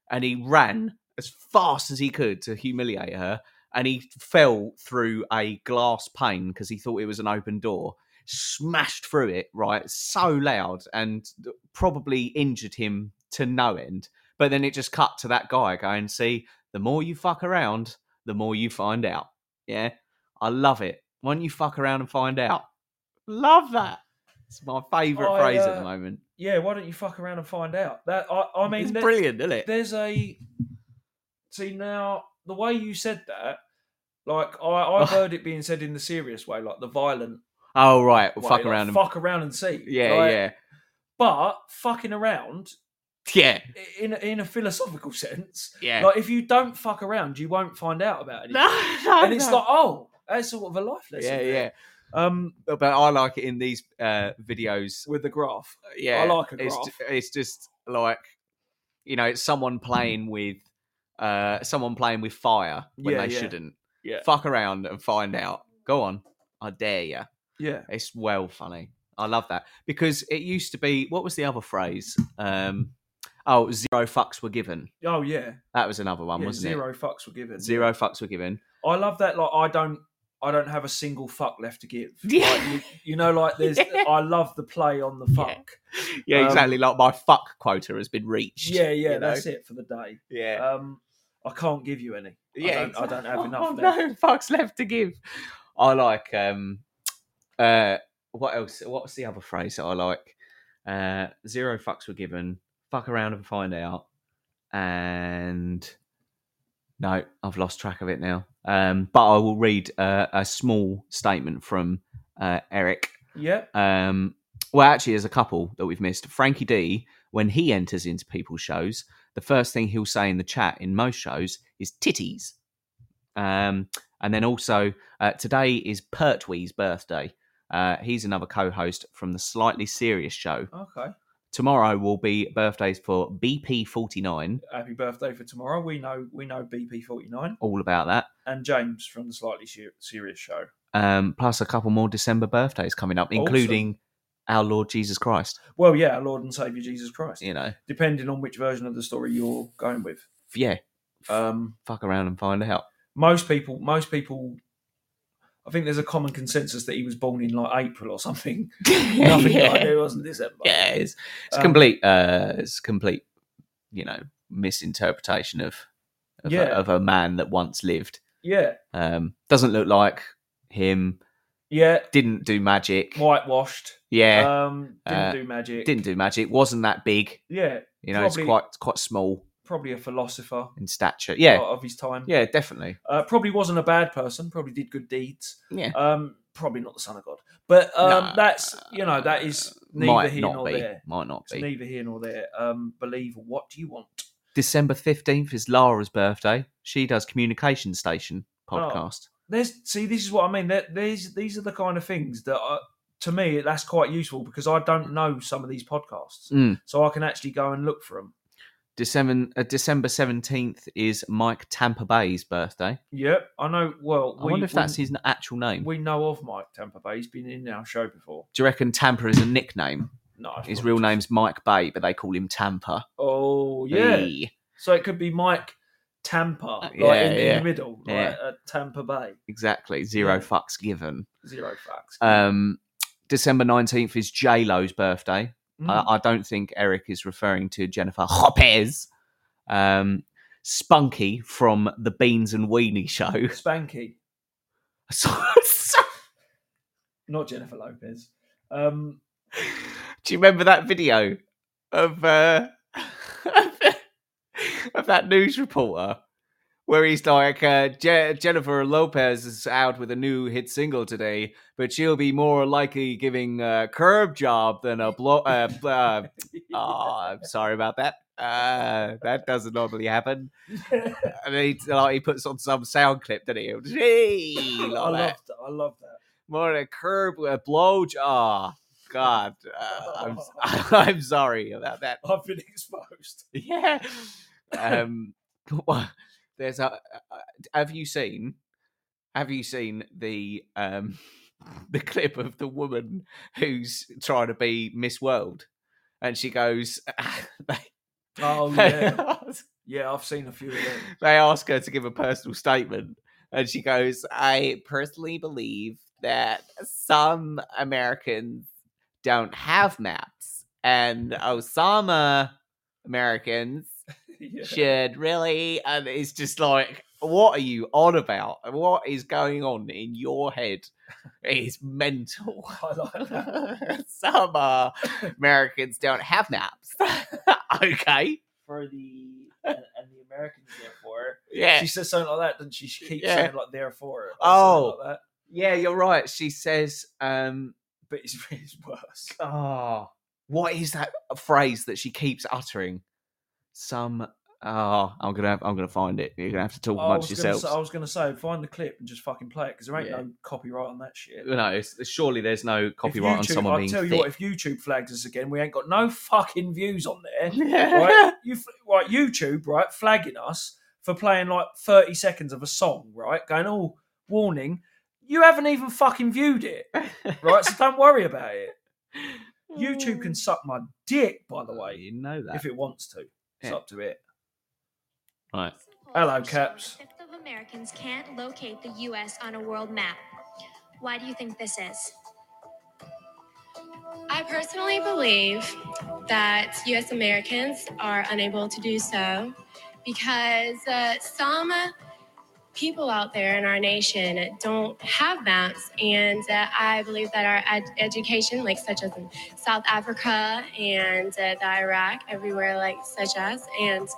and he ran as fast as he could to humiliate her, and he fell through a glass pane because he thought it was an open door. Smashed through it, right? So loud, and probably injured him to no end. But then it just cut to that guy going, see, the more you fuck around, the more you find out. Yeah. I love it. Why don't you fuck around and find out? Love that. It's my favourite
I,
phrase at
uh,
the moment.
yeah, why don't you fuck around and find out? That I, I mean,
it's
there-
brilliant, isn't it?
There's a see now the way you said that. Like I, I've heard it being said in the serious way, like the violent.
Oh right, well,
way,
fuck
like,
around and
fuck around and see.
yeah,
Like,
yeah,
But fucking around
yeah,
i- in a, in a philosophical sense,
yeah.
like if you don't fuck around, you won't find out about it.
no, no,
and it's
no.
like, oh, that's sort of a life lesson.
yeah,
there.
yeah.
Um,
But I like it in these uh, videos.
with the graph,
Yeah,
I like a graph.
it's ju- it's just like you know, it's someone playing with uh someone playing with fire when
Yeah,
they
yeah.
shouldn't.
Yeah.
Fuck around and find out. Go on. I dare you.
yeah,
It's well funny. I love that. Because it used to be what was the other phrase? Um oh, zero fucks were given.
oh yeah,
That was another one,
yeah
wasn't
zero fucks were given.
it? Zero fucks were given.
I love that. Like I don't, I don't have a single fuck left to give.
Yeah.
Like, you, you know, like there's.
Yeah.
I love the play on the
Yeah.
fuck.
Yeah,
Um,
exactly. Like my fuck quota has been reached.
Yeah, yeah,
you know?
that's it for the day.
Yeah.
Um, I can't give you any. I don't, I don't have
exactly.
enough.
Oh,
left.
no fucks left to give. I like um uh what else what's the other phrase that I like? Uh zero fucks were given, fuck around and find out. And no, I've lost track of it now. Um but I will read uh, a small statement from uh Eric.
Yeah,
Um well actually there's a couple that we've missed. Frankie D when he enters into people's shows, the first thing he'll say in the chat in most shows is titties. Um, and then also, uh, today is Pertwee's birthday. Uh, he's another co host from the Slightly Serious show.
okay.
Tomorrow will be birthdays for BP49,
Happy birthday for tomorrow. We know, we know BP forty nine
all about that.
and James from the slightly Ser- serious show.
Um, plus, a couple more December birthdays coming up, including our Lord Jesus Christ,
Well, yeah, our Lord and Savior Jesus Christ.
you know.
Depending on which version of the story you're going with.
Yeah,
Um,
fuck around and find out.
most people, most people, I think there's a common consensus that he was born in like April or something. Nothing like
yeah.
it wasn't December.
yeah, it's, it's
Um,
complete, uh, it's complete, you know, misinterpretation of, of,
Yeah.
a, of a man that once lived.
yeah,
Um, doesn't look like him.
yeah.
Didn't do magic.
Whitewashed.
Yeah,
Um, didn't
Uh,
do magic.
didn't do magic. Wasn't that big.
Yeah,
You know,
Probably-
it's quite it's quite small
probably a philosopher
in stature. Yeah,
of his time.
yeah, definitely.
Uh, probably wasn't a bad person. Probably did good deeds.
Yeah.
Um, probably not the son of God. But um,
No,
that's you know that is neither
might
here
not
nor
be.
there.
Might not
It's
be.
neither here nor there. Um, believe what you want.
December fifteenth is Lara's birthday. She does communication station
Oh.
podcast.
There's see, this is what I mean. There, there's these are the kind of things that are, to me that's quite useful because I don't know some of these podcasts,
Mm.
so I can actually go and look for them.
December uh, December seventeenth is Mike Tampa Bay's birthday.
Yep, I know. Well,
I wonder if that's
we,
his actual name.
we know of Mike Tampa Bay. He's been in our show before.
do you reckon Tampa is a nickname?
No,
His real name's Mike Bay, but they call him Tampa.
Oh yeah,
Hey.
so it could be Mike Tampa, like
Uh, Yeah,
in, in
yeah.
the middle, like
Yeah.
at Tampa Bay.
exactly. Zero
Yeah.
fucks given.
Zero facts.
Um, December 19th is J Lo's birthday.
Mm.
I, I don't think Eric is referring to Jennifer Lopez. Um, Spunky from the Beans and Weenie show.
Spanky,
So-
not Jennifer Lopez. Um,
Do you remember that video of uh, of that news reporter where he's like, uh, Je- Jennifer Lopez is out with a new hit single today, but she'll be more likely giving a curb job than a blow. Uh, bl- uh, oh, I'm sorry about that. Uh, that doesn't normally happen. And he, like, he puts on some sound clip, doesn't he? Gee,
I
like
love
that.
that. I love that.
More than a curb, a blow job. God, uh, I'm, I'm sorry about that.
I've been exposed.
Yeah. Um, wha- there's a. uh, Have you seen? Have you seen the um the clip of the woman who's trying to be Miss World, and she goes, they,
Oh
they
yeah,
ask-
yeah. I've seen a few of them.
they ask her to give a personal statement, and she goes, I personally believe that some Americans don't have maps, and Osama Americans
Yeah.
should really and it's just like what are you on about what is going on in your head it's mental
I like that.
some uh, americans don't have maps okay
For the and, and the Americans, therefore,
Yeah.
She says something like that, doesn't she? She keeps
Yeah.
saying like there for it. or
Oh.
something like that.
yeah, you're right. She says, um,
but it's, it's worse.
oh, what is that phrase that she keeps uttering? Some. Oh, I'm gonna have, I'm gonna find it. You're gonna have to talk
Oh, I was
amongst
gonna
yourselves.
say- I was going to say, find the clip and just fucking play it because there ain't
Yeah.
no copyright on that shit.
No, it's, surely there's no copyright on
oh, If YouTube-
someone
I
being
tell you
thick.
what, if YouTube flags us again, we ain't got no fucking views on there.
Yeah.
right? You f- right, YouTube, right, flagging us for playing like 30 seconds of a song, right? Going, oh, warning, you haven't even fucking viewed it, right? so don't worry about it. YouTube can suck my dick, by the way,
you know that.
if it wants to. It's
Yeah.
up to it.
right.
Hello, Caps.
Fifth of Americans can't locate the U.S. on a world map. Why do you think this is?
I personally believe that US Americans are unable to do so because uh, some people out there in our nation don't have maps. And uh, I believe that our ed- education, like such as in South Africa and uh, the Iraq, everywhere like such as, and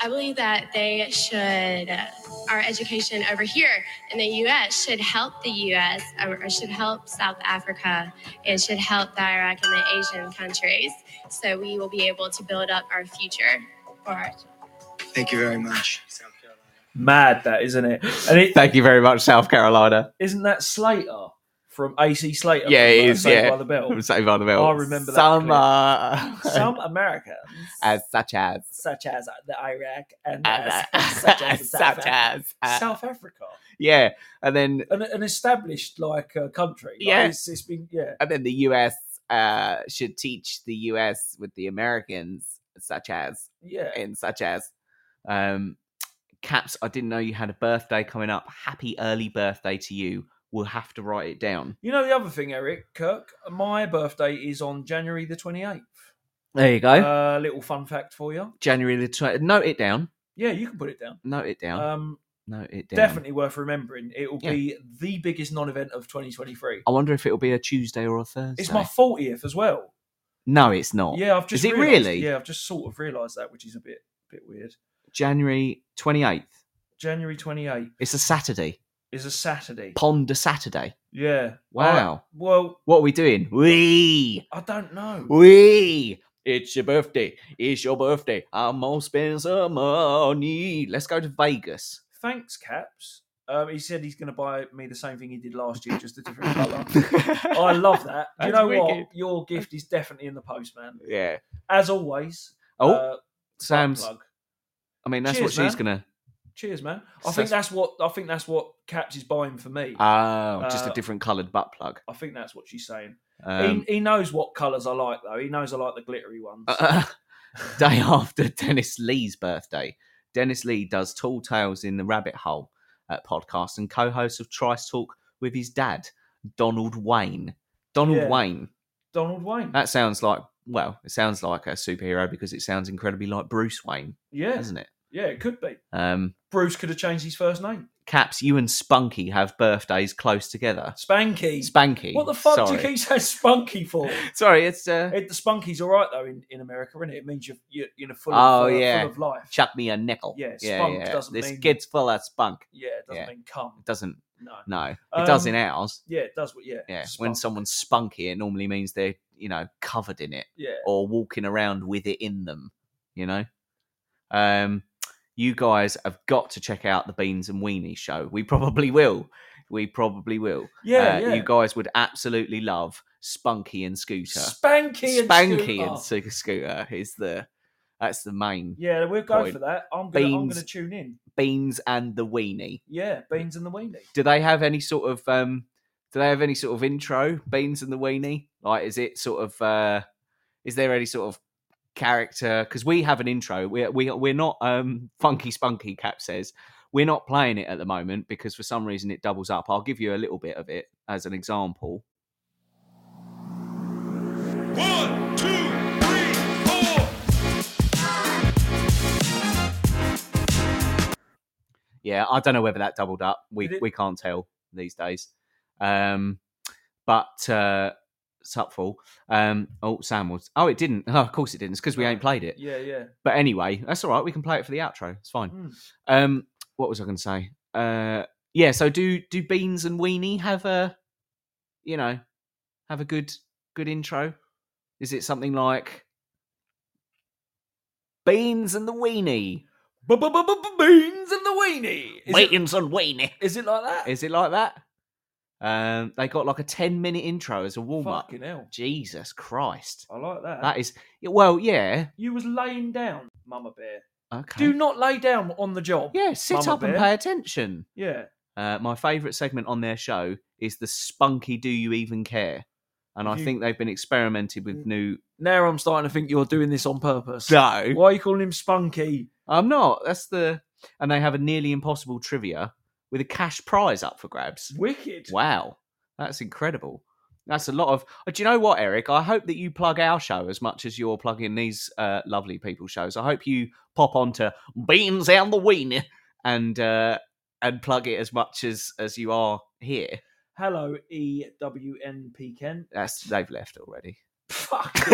I believe that they should, uh, our education over here in the US should help the US or or should help South Africa. It should help the Iraq and the Asian countries. So we will be able to build up our future for our
Thank you very much.
Mad that, isn't it? And it
Thank you very much, South Carolina.
isn't that Slater from AC Slater.
Yeah,
from,
it
uh,
is,
Saved
yeah.
by the Bell.
Saved by the Bell.
I remember that
Summer.
Some Americans,
as such as.
such as the Iraq and
As,
as- such as, the
Uh, such
South, Af-
as. uh,
South Africa.
yeah. And then
an, an established like uh, country. Like,
Yeah.
it's, it's been yeah.
and then the US uh, should teach the US with the Americans, such as
Yeah,
and such as. Um, Caps, I didn't know you had a birthday coming up. Happy early birthday to you. We'll have to write it down.
you know the other thing, Eric Kirk. My birthday is on January the twenty eighth.
There you go.
Uh, little fun fact for you.
January the 20th. Note it down.
Yeah, you can put it down.
Note it down.
Um,
note it down.
definitely worth remembering. It will be the biggest non-event of 2023.
I wonder if it'll be a Tuesday or a Thursday.
It's my 40th as well.
no, it's not.
Yeah, I've just
Is it
realised-
really?
Yeah, I've just sort of realised that, which is a bit bit weird.
January 28th.
January 28th
It's a Saturday.
is a Saturday.
Ponder Saturday.
Yeah.
Wow.
I- well,
What are we doing? Wee!
I don't know.
Wee! It's your birthday. It's your birthday. I'm going to spend some money. Let's go to Vegas.
Thanks, Caps. Um, he said he's going to buy me the same thing he did last year, just a different colour. I love that. Do you
That's
know
wicked.
what? Your gift is definitely in the post, man.
Yeah.
As always.
Oh,
uh, butt
Sam's.
plug.
I mean, that's
Cheers,
what she's
man.
going
Cheers, man. I
So
think
that's-
that's what I think that's what Caps is buying for me.
to. Oh, just a
Uh,
different coloured butt plug.
I think that's what she's saying.
Um,
he, he knows what colours I like, though. He knows I like the glittery ones.
Uh, day after Dennis Lee's birthday. Dennis Lee does Tall Tales in the Rabbit Hole uh, podcast and co host of Trice Talk with his dad, Donald Wayne. Donald
Yeah.
Wayne.
Donald Wayne.
That sounds like, well, it sounds like a superhero because it sounds incredibly like Bruce Wayne,
yeah,
doesn't it?
yeah, it could be.
Um,
Bruce could have changed his first name.
Caps, you and Spunky have birthdays close together.
Spanky.
Spanky.
What the fuck
sorry.
do you keep saying Spunky for?
Sorry, it's uh,
It, the spunky's all right though in, in America, isn't it? It means you're you're, you're full,
Oh,
of, uh, full, of-
yeah.
full of life.
chuck me a nickel.
Yeah, spunk doesn't
this
mean-
kid's full of spunk.
yeah, it doesn't
yeah.
mean cum.
It doesn't.
No.
No, it does
Um,
in ours.
Yeah, it does. What? Yeah.
Yeah, when
spunk.
someone's spunky, it normally means they're you know covered in it
Yeah.
or walking around with it in them. You know, um, you guys have got to check out the Beans and Weenie show. We probably will. We probably will.
Yeah.
Uh,
yeah.
You guys would absolutely love Spunky and Scooter.
Spanky and oh.
Spanky
Scooter.
and Scooter. Scooter is the that's the main
Yeah, we'll go
Point.
for that. I'm gonna I'm
Beans.
gonna tune in.
beans and the weenie.
Yeah, beans and the weenie.
Do they have any sort of um? Do they have any sort of intro? Beans and the weenie. Like, is it sort of? uh Is there any sort of character? Because we have an intro. We we we're not um funky spunky. Cap says we're not playing it at the moment because for some reason it doubles up. I'll give you a little bit of it as an example.
One, two, three, four.
yeah, I don't know whether that doubled up. We
Did it-
we can't tell these days. Um, but uh, it's up full. Um, oh, Sam was. Oh, it didn't. Oh, of course it didn't. It's because we
No.
ain't played it.
Yeah, yeah. Mm-hmm.
But anyway, that's all right. We can play it for the outro. It's fine.
Mm.
Um, what was I going to say? Uh, yeah. So do do Beans and Weenie have a, you know, have a good good intro? Is it something like Beans and the Weenie?
Beans and the weenie. Is it-
and Weenie.
is it like that?
Is it like that? Um, they got like a ten minute intro as a warm up.
Fucking hell.
Jesus Christ,
I like that.
that is yeah, well, yeah.
you was laying down, Mama Bear.
Okay.
Do not lay down on the job.
yeah, sit
Mama
up and
Bear.
pay attention.
Yeah.
Uh, my favourite segment on their show is the spunky "Do you even care?" and I
You- Mm.
think they've been experimented with new.
Now I'm starting to think you're doing this on purpose.
No,
Why are you calling him Spunky?
I'm not. That's the and they have a nearly impossible trivia with a cash prize up for grabs.
Wicked.
Wow, that's incredible. That's a lot of. uh, Do you know what, Eric? I hope that you plug our show as much as you're plugging these uh, lovely people shows. I hope you pop onto Beans and the Weenie and uh, and plug it as much as as you are here.
Hello, E W N P Kent.
That's they've left already.
Fuck.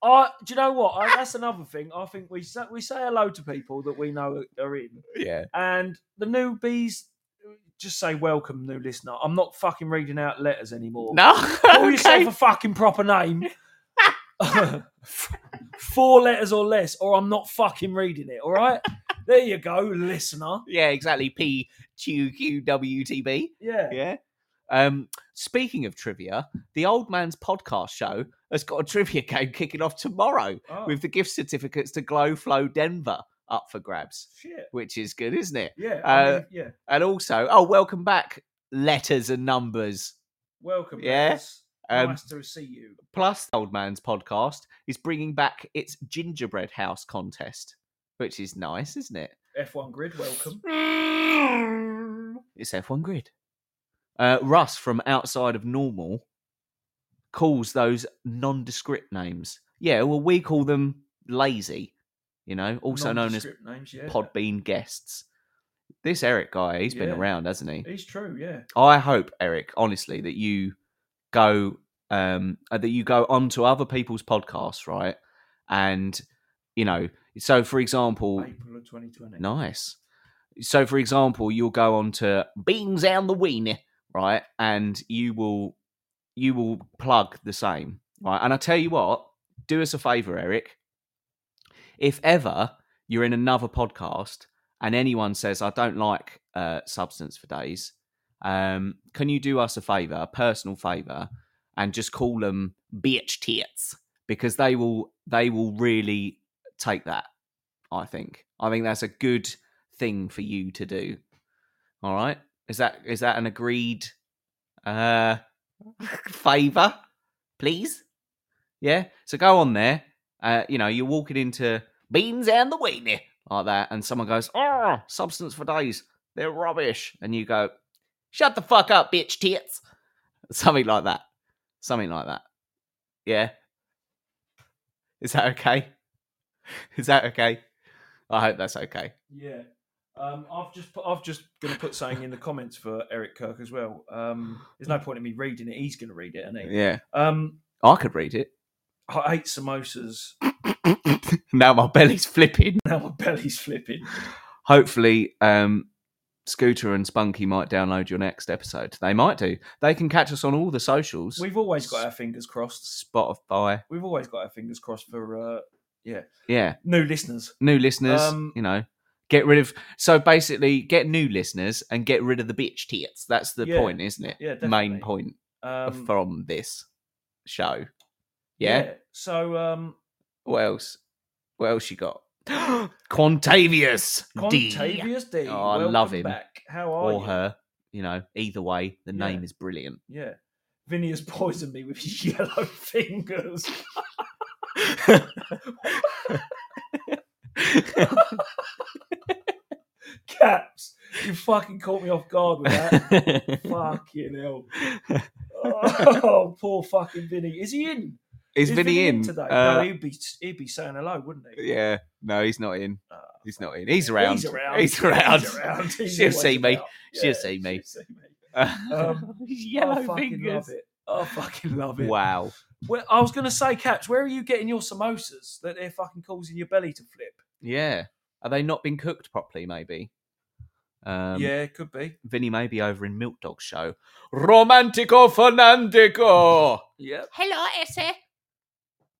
I, do you know what? I, that's another thing. I think we say, we say hello to people that we know are in,
yeah.
and the newbies just say welcome, new listener. I'm not fucking reading out letters anymore.
No.
Call
okay.
yourself a fucking proper name. Four letters or less, or I'm not fucking reading it. All right, there you go, listener.
yeah, exactly. P Q Q W T B.
Yeah,
Yeah. Um, speaking of trivia, the old man's podcast show has got a trivia game kicking off tomorrow
Oh,
with the gift certificates to Glow Flow Denver up for grabs,
shit.
which is good, isn't it?
Yeah, I
Uh,
mean, yeah.
And also, oh, welcome back, letters and numbers.
Welcome.
yeah,
Yes.
Um,
nice to see you.
Plus, the old man's podcast is bringing back its gingerbread house contest, which is nice, isn't it?
F1 Grid, welcome.
It's F1 Grid. Uh, Russ from outside of normal calls those nondescript names. Yeah, well, we call them lazy, you know, also known as
Nondescript names, yeah.
Podbean guests. This Eric guy, he's been
Yeah.
around, hasn't he?
He's true, yeah.
I hope, Eric, honestly, that you go um uh, that you go onto other people's podcasts, right? And you know, so for example,
April of 2020.
Nice. So, for example, you'll go on to Beans and the Weenie, right? And you will you will plug the same, right? And I tell you what, do us a favor, Eric. If ever you're in another podcast and anyone says I don't like uh, Substance for Days, um, can you do us a favor, a personal favor, and just call them bitch tits because they will they will really take that. I think. I think that's a good thing for you to do. All right. Is that is that an agreed uh favor, please? Yeah. So go on there. Uh, you know, you're walking into beans and the weenie like that, and someone goes, "Oh, substance for days. They're rubbish," and you go, "Shut the fuck up, bitch tits," something like that. Something like that. Yeah. Is that okay? Is that okay? I hope that's okay.
Yeah. Um, I've just put, I've just going to put something in the comments for Eric Kirk as well. Um, there's no point in me reading it. He's going to read it, and he.
Mm. Yeah.
Um,
I could read it.
I hate samosas.
now my belly's flipping.
Now my belly's flipping.
Hopefully, um, Scooter and Spunky might download your next episode. They might do. They can catch us on all the socials.
We've always got our fingers crossed.
Spotify.
We've always got our fingers crossed for uh,
Yeah.
new listeners.
New listeners,
Um,
you know. Get rid of so basically get new listeners and get rid of the bitch tits. That's the
Yeah.
point, isn't it?
Yeah,
Main
definitely.
point
Um,
from this show. Yeah?
So um,
What else? What else you got? Quantavius. D.
Contavious D.
Oh, I love
welcome
him.
Back. How are
or
you?
her. You know, either way, the
Yeah.
name is brilliant.
Yeah. Vinny has poisoned me with his yellow fingers. Caps, you fucking caught me off guard with that. fucking hell. Oh, poor fucking Vinny. Is he in?
is Vinny in?
today? no,
Uh,
he'd be he'd be saying hello, wouldn't he?
yeah, no, he's not in.
Oh,
He's not in. He's around.
He's around.
He's around.
He's around. He's
She'll
always
see me.
about.
She'll see me.
she'll see me.
Um,
I fucking love it. I fucking love it.
Wow.
Well, I was going to say, Caps, where are you getting your samosas that they're fucking causing your belly to flip?
Yeah. Are they not being cooked properly? Maybe. Um,
yeah, it could be.
Vinny may be over in Milk Dog Show. Romantico Fernandico.
Yeah.
Hello, Esse.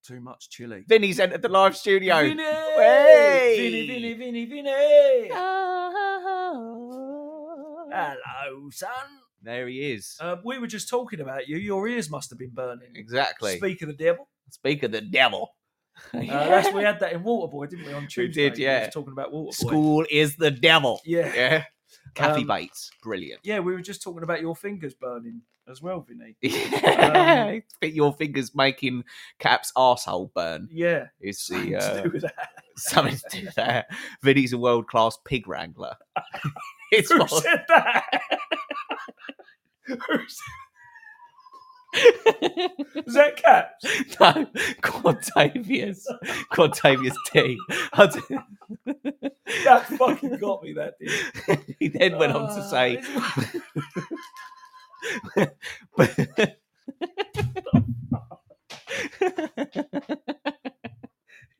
Too much chili.
Vinny's entered the live studio.
Vinny!
Hey!
Vinny, Vinny, Vinny, Vinny! Hello, son.
There he is.
Uh, we were just talking about you. Your ears must have been burning.
exactly. Speak.
Speak of the devil.
of the devil.
Uh, that's we had that in Waterboy, didn't we? On Tuesday,
did, yeah.
was talking about Waterboy.
School is the devil.
Yeah. yeah,
Yeah. Kathy
Um,
Bates. Brilliant.
We were just talking about your fingers burning as well, Vinny. um,
Fit your fingers making Cap's arsehole burn
Yeah,
is
something
the
to
uh,
do with that.
something to do there. Vinny's a world class pig wrangler. it's
Who
what-
said that? Who said- Was that Caps?
no, Quantavius, Quantavius T. I don't-
That fucking got me. That did.
he then went on to
Ah,
say,
it's-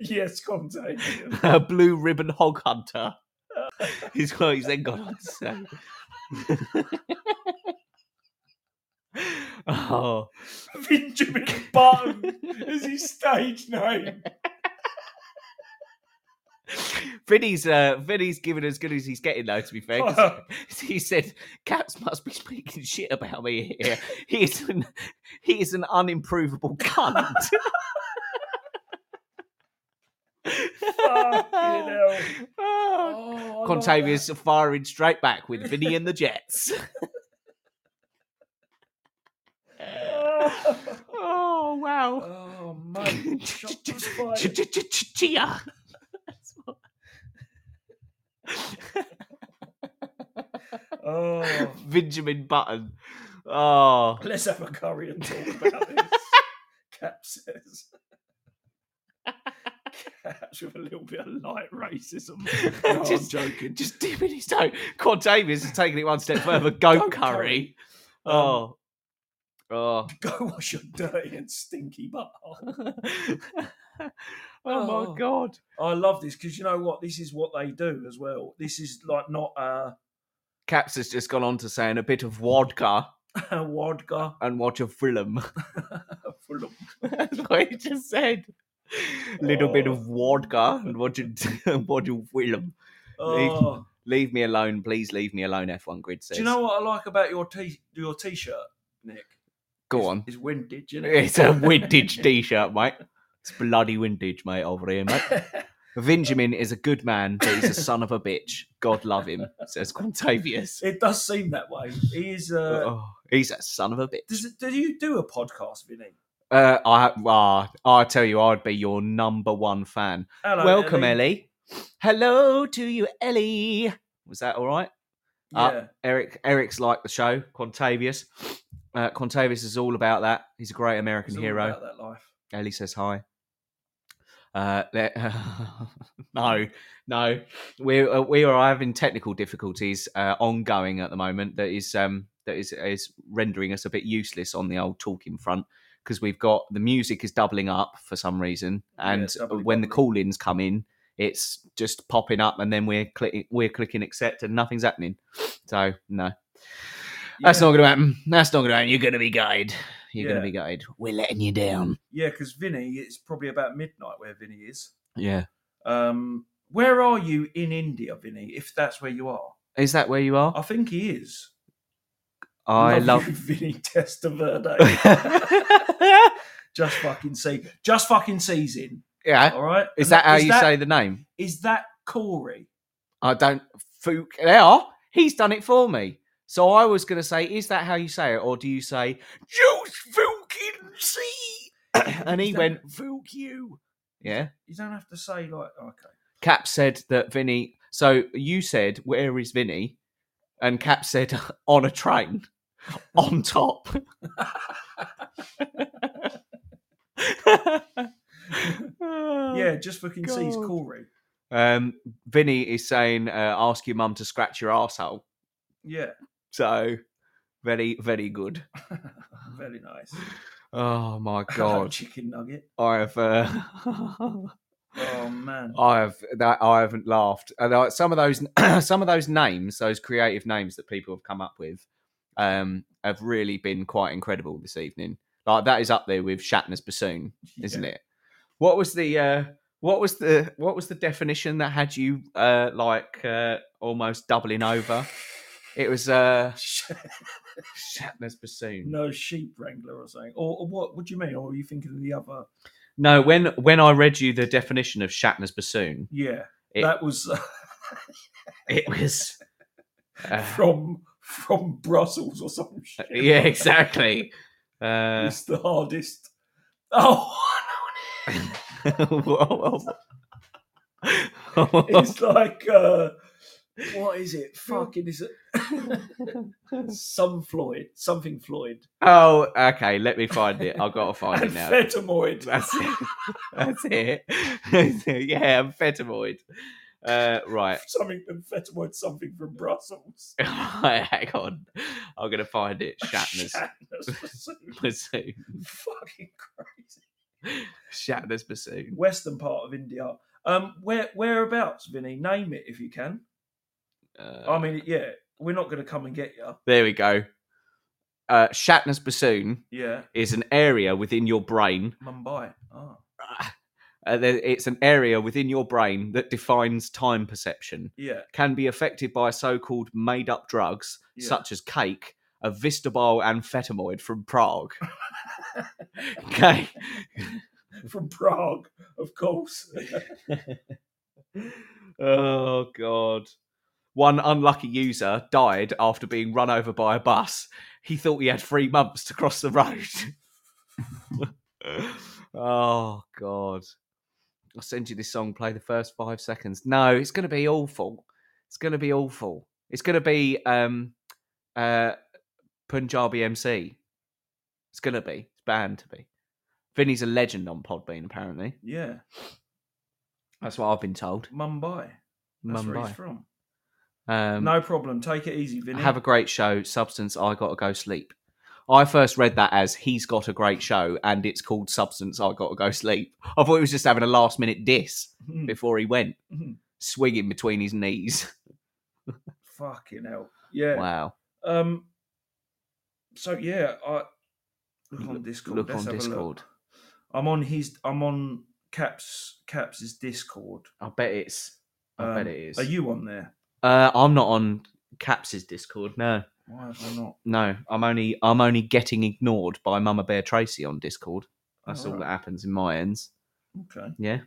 "Yes, Conte."
a blue ribbon hog hunter. Is what he's then gone on to say. oh,
Benjamin Button is his stage name.
Vinny's uh, Vinny's giving as good as he's getting though. To be fair, 'cause he said cats must be speaking shit about me here. He is an he is an unimprovable cunt.
Fucking hell.
Oh,
Oh, I like that.
Contavious firing straight back with Vinny and the Jets. oh wow!
Oh, mate. Shot was fired.
Chia.
Oh,
Benjamin Button. Oh,
let's have a curry and talk about this. Cap says. Caps with a little bit of light racism. No,
Just-
I'm joking.
just dipping his toe. Cordavius has taken it one step further. Goat
Goat
curry.
curry.
Oh. Oh.
Um, Go wash your dirty and stinky butthole.
oh
Oh.
my god.
I love this because you know what? This is what they do as well. This is like not a,
Caps has just gone on to saying a bit of vodka
a vodka
and watch a film.
full of
That's what he just said. Little bit of vodka and watch a, and watch a film.
Oh,
Leave me alone, please leave me alone, F1 Grid says.
do you know what I like about your t your t shirt, Nick?
Go
It's-
on.
It's windage, isn't it?
It's a vintage t-shirt, mate. It's bloody vintage, mate, over here, mate. Benjamin is a good man, but he's a son of a bitch. God love him, says Quantavius.
It does seem that way. He is. Uh,
Oh, he's a son of a bitch.
does it, do you do a podcast, Vinny?
Uh, I, ah, I tell you, I'd be your number one fan.
Hello,
Welcome, Ellie. Hello to you, Ellie. Was that all right? Uh,
Yeah.
Eric, Eric's like the show. Quantavius, uh, Quantavius is all about that. He's a great American
It's all
hero.
about that life.
Ellie says hi. Uh, let- no, no, we uh, we are having technical difficulties uh, ongoing at the moment. That is um that is is rendering us a bit useless on the old talking front because we've got the music is doubling up for some reason,
Yeah,
and
it's doubly,
when the
doubly.
call-ins come in, it's just popping up, and then we're clicking we're clicking accept, and nothing's happening. So no, that's
yeah.
not going to happen. That's not going to happen. You're going to be gutted. You're going
Yeah.
to be gutted. We're letting you down.
Yeah, because Vinny, it's probably about midnight where Vinny is.
Yeah.
Um, where are you in India, Vinny? If that's where you are,
Is that where you are?
I think he is.
I
you,
love.
Vinny Testaverde. just fucking see, just fucking seizing.
yeah.
All right.
Is
And
that how you say the name?
Is that Corey?
I don't. Fook. There. He's done it for me. So I was going to say, is that how you say it? Or do you say, Juice Fucking See? and he
Is that-
went, Fuck you. Yeah.
You don't have to say like okay.
Cap said that Vinny. So you said, Where is Vinny? And Cap said, On a train, on top.
Yeah, just fucking sees
Oh, God.
Corey.
Um, Vinny is saying, uh, ask your mum to scratch your asshole.
Yeah,
So very, very good.
very nice.
Oh my
Hello,
god,
chicken nugget.
I have. Uh...
Oh man.
I have that I haven't laughed. And I- some of those some of those names, those creative names that people have come up with, um, have really been quite incredible this evening. Like that is up there with Shatner's bassoon, isn't it? What was the uh, what was the what was the definition that had you uh, like uh, almost doubling over? It was uh, Shatner's bassoon.
no sheep wrangler or something. Or, or what? What do you mean? Or are you thinking of the other?
No, when when I read you the definition of Shatner's bassoon,
Yeah,
It-
that was uh,
it was. uh,
from from Brussels or some shit.
yeah, exactly. Uh,
It's the hardest. Oh, it's like uh, what is it? Fucking is it? Some Floyd, something Floyd,
oh, okay. Let me find it. I've got to find it now.
Amphetamine.
That's it. That's it. yeah, amphetaminoid. Uh, right.
something amphetamine, something from Brussels.
Hang on. I'm gonna find it. Shatner's
Shatner's bassoon.
bassoon.
Fucking crazy.
Shatner's bassoon.
Western part of India. Um, where whereabouts, Vinny? Name it if you can.
Uh,
I mean, yeah, we're not going to come and get you.
there we go. Uh, Shatner's bassoon
Yeah,
is an area within your brain
Mumbai. Ah,
Uh, there- it's an area within your brain that defines time perception,
yeah,
can be affected by so called made up drugs
Yeah.
such as cake, a Vistabol amphetamine from Prague. okay.
from Prague, of course.
Oh, God. One unlucky user died after being run over by a bus. He thought he had three months to cross the road. oh, God. I'll send you this song, play the first five seconds. No, it's going to be awful. It's going to be awful. It's going to be um, uh, Punjabi MC. It's going to be. It's bound to be. Vinny's a legend on Podbean, apparently.
yeah,
That's what I've been told.
Mumbai. That's where he's
Mumbai.
from.
Um,
no problem. Take it easy, Vinny.
Have a great show. Substance, I gotta go sleep. I first read that as he's got a great show and it's called Substance, I gotta go sleep. I thought he was just having a last minute diss
Mm,
before he went,
Mhm.
swinging between his knees.
fucking hell. Yeah.
Wow.
Um. So yeah, I look on Discord.
Look
Let's have
on
a look.
Discord.
I'm on his. I'm on Caps. Caps's Discord.
I bet it's. I bet
Um,
it is.
Are you on there?
Uh, I'm not on Caps's Discord. No,
Why have I not?
no. I'm only. I'm only getting ignored by Mama Bear Tracy on Discord. That's all
Alright.
that happens in my ends.
Okay.
Yeah.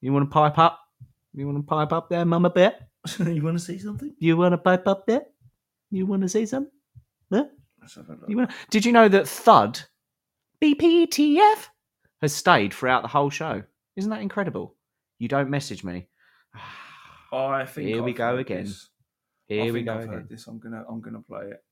You want to pipe up? You want to pipe up there, Mama Bear?
you want to see something?
You want to pipe up there? You want to say something?
Let's have a look.
You wanna... Did you know that Thud, BPTF, has stayed throughout the whole show? Isn't that incredible? You don't message me.
I think
Here we
I've
go
heard
again.
this. I
Here we
think
go
I've
again.
heard this. I'm gonna. I'm gonna play it.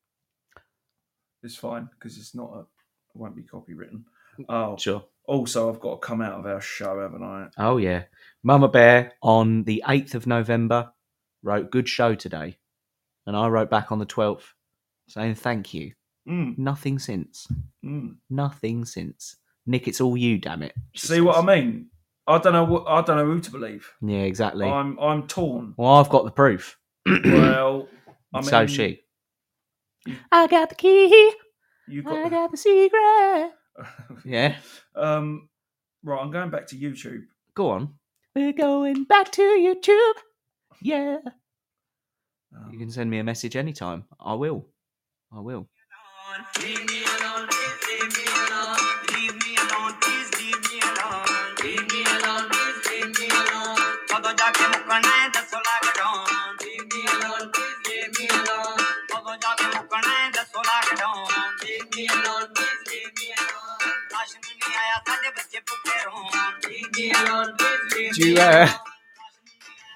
It's fine because it's not a. It won't be copywritten. Oh,
Sure.
also, I've got to come out of our show, haven't I?
Oh yeah. Mama Bear on the eighth of November wrote good show today, and I wrote back on the twelfth saying thank you.
Mm,
Nothing since.
mm.
Nothing since. Nick, it's all you. Damn it. she
See what I
says.
mean? I don't know. What, I don't know who to believe.
Yeah, exactly.
Oh, I'm. I'm torn.
Well, I've got the proof.
well, I mean,
so she. I got the key.
You got.
got the secret. Yeah.
um. Right, I'm going back to YouTube.
Go on. We're going back to YouTube. Yeah. You
Um,
can send me a message anytime. I will. I will.
Leave me alone, leave me alone, leave me alone, please leave me alone. Leave me alone, please leave me alone. ਉਦੋਂ ਜਾ ਕੇ ਮੁੱਕਣਾ ਹੈ ਦੱਸੋ lockdown Leave me alone, please leave me alone. ਉਦੋਂ ਜਾ ਕੇ ਮੁੱਕਣਾ ਹੈ ਦੱਸੋ lockdown Leave me alone, please leave me alone. Ration ਨਹੀਂ ਆਇਆ ਸਾਡੇ ਬੱਚੇ ਭੁੱਖੇ ਰਹੋ Leave me alone, please leave
Do you,
me
uh,
alone.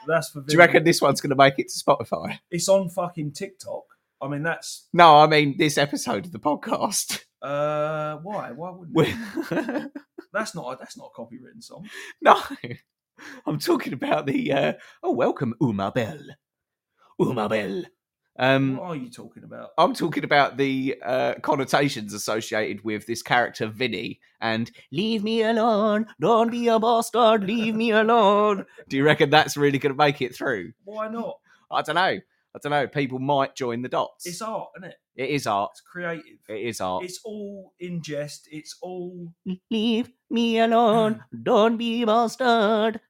that's for.
Do you reckon this one's going to make it to Spotify?
it's on fucking TikTok? I mean, that's.
No, I mean this episode of the podcast.
Uh, why? Why wouldn't?
We-
It? That's not. A, that's not a copywritten song.
no, I'm talking about the. Uh... Oh, welcome, Uma Bell. Uma Bell. Um,
What are you talking about?
I'm talking about the uh, connotations associated with this character Vinny and "Leave me alone, don't be a bastard, leave me alone." Do you reckon that's really going to make it through?
Why not?
I don't know. I don't know. People might join the dots.
It's art, isn't it?
It is art.
It's creative.
It is art.
It's all in jest. It's all
Leave me alone,
Mm.
don't be a bastard.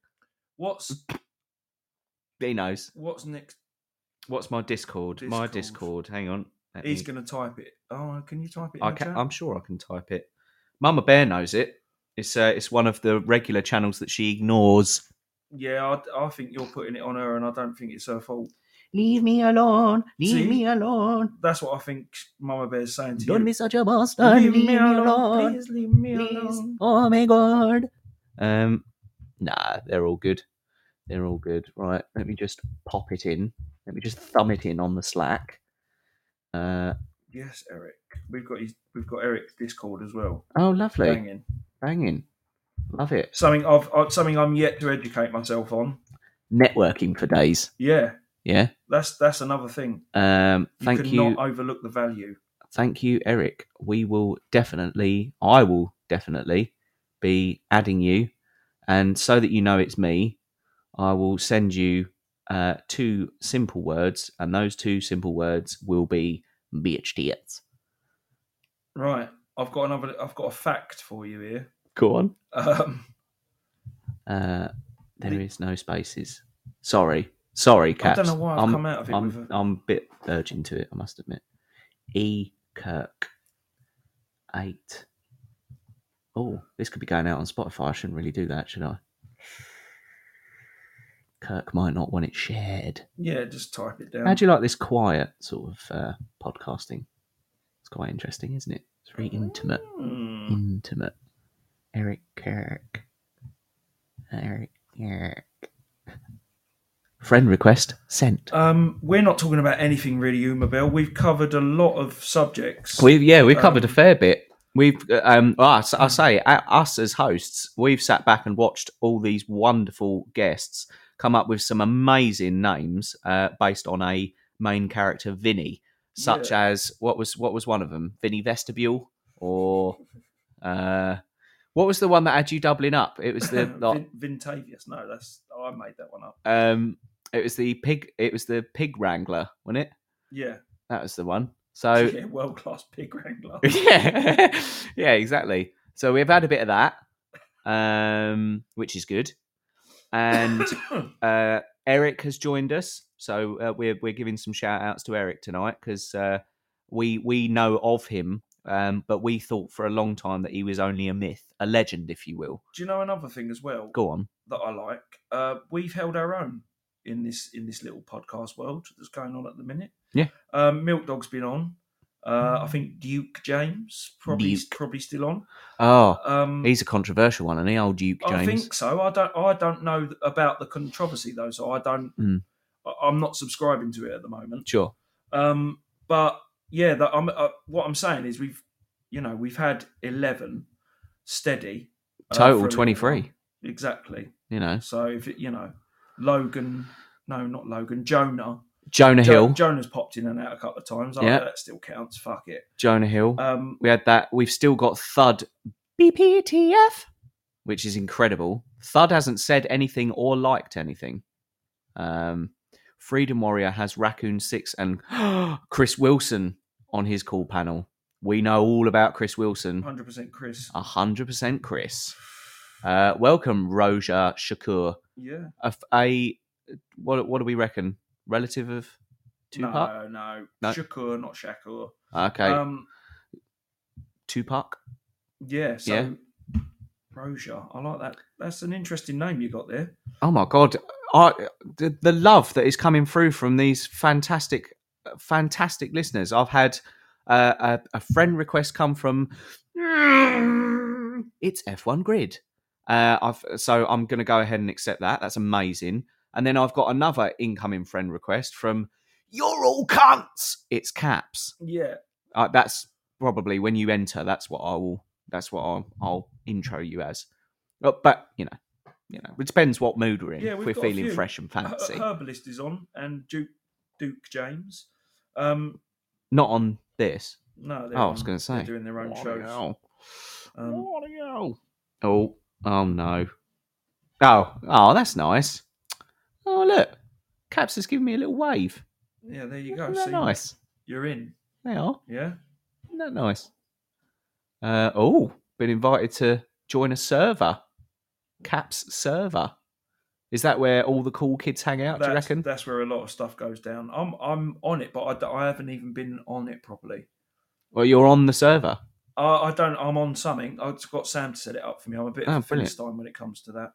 what's
He knows.
what's next.
What's my Discord? My
Discord.
Discord. Hang on. Let
He's
me-
going to type it. Oh, can you type it? In
I
the
can,
chat?
I'm sure I can type it. Mama Bear knows it. It's uh, it's one of the regular channels that she ignores.
Yeah, I, I think you're putting it on her, and I don't think it's her fault.
Leave me alone. Leave
See?
me alone.
That's what I think Mama Bear's saying to
Don't
you.
be such a bastard. Leave, me alone.
Please leave me
Please.
alone.
Oh my god. Um, nah, they're all good. They're all good. Right, let me just pop it in. Let me just thumb it in on the Slack. Uh,
Yes, Eric. We've got his, we've got Eric's Discord as well.
oh, lovely. Banging.
Banging.
Love it.
Something I've, i something I'm yet to educate myself on.
Networking for days.
Yeah,
Yeah.
that's that's another thing.
Um,
You
thank
could
you.
not overlook the value.
thank you, Eric. We will definitely, I will definitely be adding you. And so that you know it's me, I will send you uh, two simple words, and those two simple words will be BHTs.
Right. I've got another. I've got a fact for you here.
Go on.
Um,
Uh, there is no spaces. Sorry. Sorry,
I
Caps.
don't know why I've
am
come out of it
I'm,
with a,
I'm a bit urging to it, I must admit. E. Kirk. Eight. Oh, this could be going out on Spotify. I shouldn't really do that, should I? Kirk might not want it shared.
yeah. Just type it down.
How do you like this quiet sort of uh, podcasting? It's quite interesting, isn't it? It's very intimate
Hmm.
intimate. Eric Kirk. Eric Kirk. Friend request sent.
Um, we're not talking about anything really, Uma Bell. We've covered a lot of subjects.
We've yeah, we've covered a
um,
fair bit. We've uh, um, well, I, s- I say uh, us as hosts, we've sat back and watched all these wonderful guests come up with some amazing names uh, based on a main character, Vinny, such as what was what was one of them, Vinny Vestibule, or uh, what was the one that had you doubling up? It was the like,
Vin- Vintavious. No, that's oh, I made that one up.
Um, it was the pig. It was the pig wrangler, wasn't it?
Yeah,
That was the one. So
yeah world class pig wrangler.
yeah, yeah, exactly. So we've had a bit of that, um, which is good. And uh, Eric has joined us, so uh, we're we're giving some shout outs to Eric tonight because uh, we we know of him, um, but we thought for a long time that he was only a myth, a legend, if you will.
Do you know another thing as well
Go on.
that I like? Uh, we've held our own in this in this little podcast world that's going on at the minute.
Yeah. Mm.
Um, Milk Dog's been on. Uh, I think Duke James probably
Duke.
probably still on.
Oh,
Um,
he's a controversial one, and he old Duke James.
I think so. I don't. I don't know th- about the controversy though, so I don't.
Mm.
I, I'm not subscribing to it at the moment.
Sure.
Um, but yeah, that I'm. Uh, what I'm saying is we've, you know, we've had eleven steady uh, for a
Total
little
twenty three.
while. Exactly.
You know,
So if it, you know, Logan, no, not Logan, Jonah.
Jonah
Jo-
Hill.
Jonah's popped in and out a couple of times.
Yeah.
Oh, that still counts. Fuck it.
Jonah Hill.
Um,
we had that. We've still got Thud. BPTF, which is incredible. Thud hasn't said anything or liked anything. Um, Freedom Warrior has Raccoon Six and Chris Wilson on his call panel. We know all about Chris Wilson.
100% Chris.
hundred percent, Chris. Uh, welcome, Roja Shakur.
Yeah.
A, f- a- what? What do we reckon? Relative of Tupac?
No, no,
No.
Shakur, not Shakur.
Okay,
Um,
Tupac.
Yeah, so
Yeah.
Rozier. I like that. That's an interesting name you got there.
Oh my god, I, the, the love that is coming through from these fantastic, fantastic listeners. I've had uh, a, a friend request come from it's F1 Grid. Uh, I've so I'm going to go ahead and accept that. That's amazing. And then I've got another incoming friend request from you're all cunts. It's caps.
Yeah.
Uh, that's probably when you enter. That's what I will. That's what I'll, I'll intro you as. But, but you know, you know, it depends what mood we're in.
Yeah,
if
we've
we're
got a
feeling
few.
fresh and
Her-
fancy.
Herbalist is on and Duke Duke James. Um,
Not on this.
no, they're
Oh, I was
on-
going to say.
they're doing their own
Bloody
shows.
hell.
Um,
Bloody hell. Oh, oh no. Oh, oh, that's nice. Oh, look. Caps has given me a little wave.
yeah, there you go.
Isn't that
See,
nice?
You're in.
They are.
Yeah.
Isn't that nice? Uh, oh, been invited to join a server. Caps server. Is that where all the cool kids hang out, do you
That's,
reckon?
that's where a lot of stuff goes down. I'm I'm on it, but I, d- I haven't even been on it properly.
Well, you're on the server.
I, I don't. I'm on something. I've got Sam to set it up for me. I'm a bit
Oh,
of a
brilliant.
philistine when it comes to that.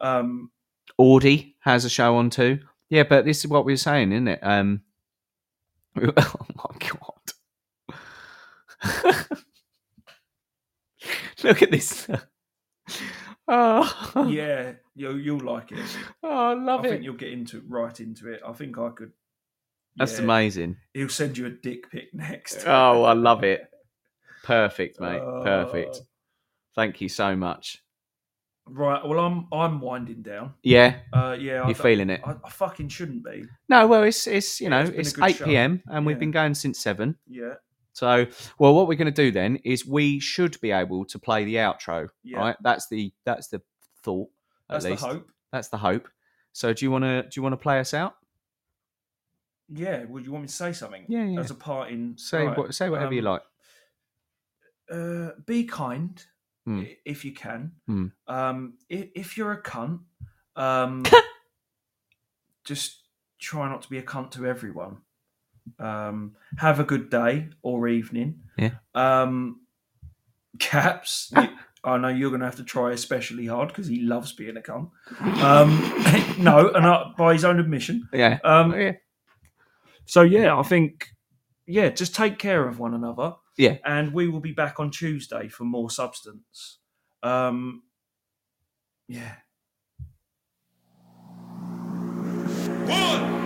Um,
Audi has a show on too. Yeah, but this is what we were saying, isn't it? Um, oh my god! Look at this. Oh,
yeah, you, you'll like it.
oh I love
I
it.
think you'll get into right into it. I think I could.
That's
yeah.
amazing.
He'll send you a dick pic next.
Oh, I love it. Perfect, mate.
Oh.
Perfect. Thank you so much.
Right. Well, I'm I'm winding down.
Yeah,
Uh, yeah. I
you're
don't-
feeling it.
I, I fucking shouldn't be.
No, well, it's it's you
Yeah,
know
it's been a
it's,
good
eight
show.
p.m. and we've
Yeah.
been going since seven.
Yeah.
So, well, what we're going to do then is we should be able to play the outro,
Yeah.
right? That's the that's the thought. At
That's the
least.
hope.
That's the hope. So, do you want to do you want to play us out?
Yeah. Would you want me to say something?
Yeah, yeah.
As a parting.
Say
right,
what say whatever you
um,
like.
uh, be kind
Hmm.
i- if you can.
Hmm.
Um, if, if you're a cunt, um, just try not to be a cunt to everyone. Um, have a good day or evening.
Yeah.
Um, caps. you, I know you're going to have to try especially hard because he loves being a cunt. Um, no, and I, by his own admission.
Yeah.
Um,
yeah.
so yeah, I think yeah, just take care of one another.
Yeah.
and we will be back on Tuesday for more substance. Um, yeah.
One,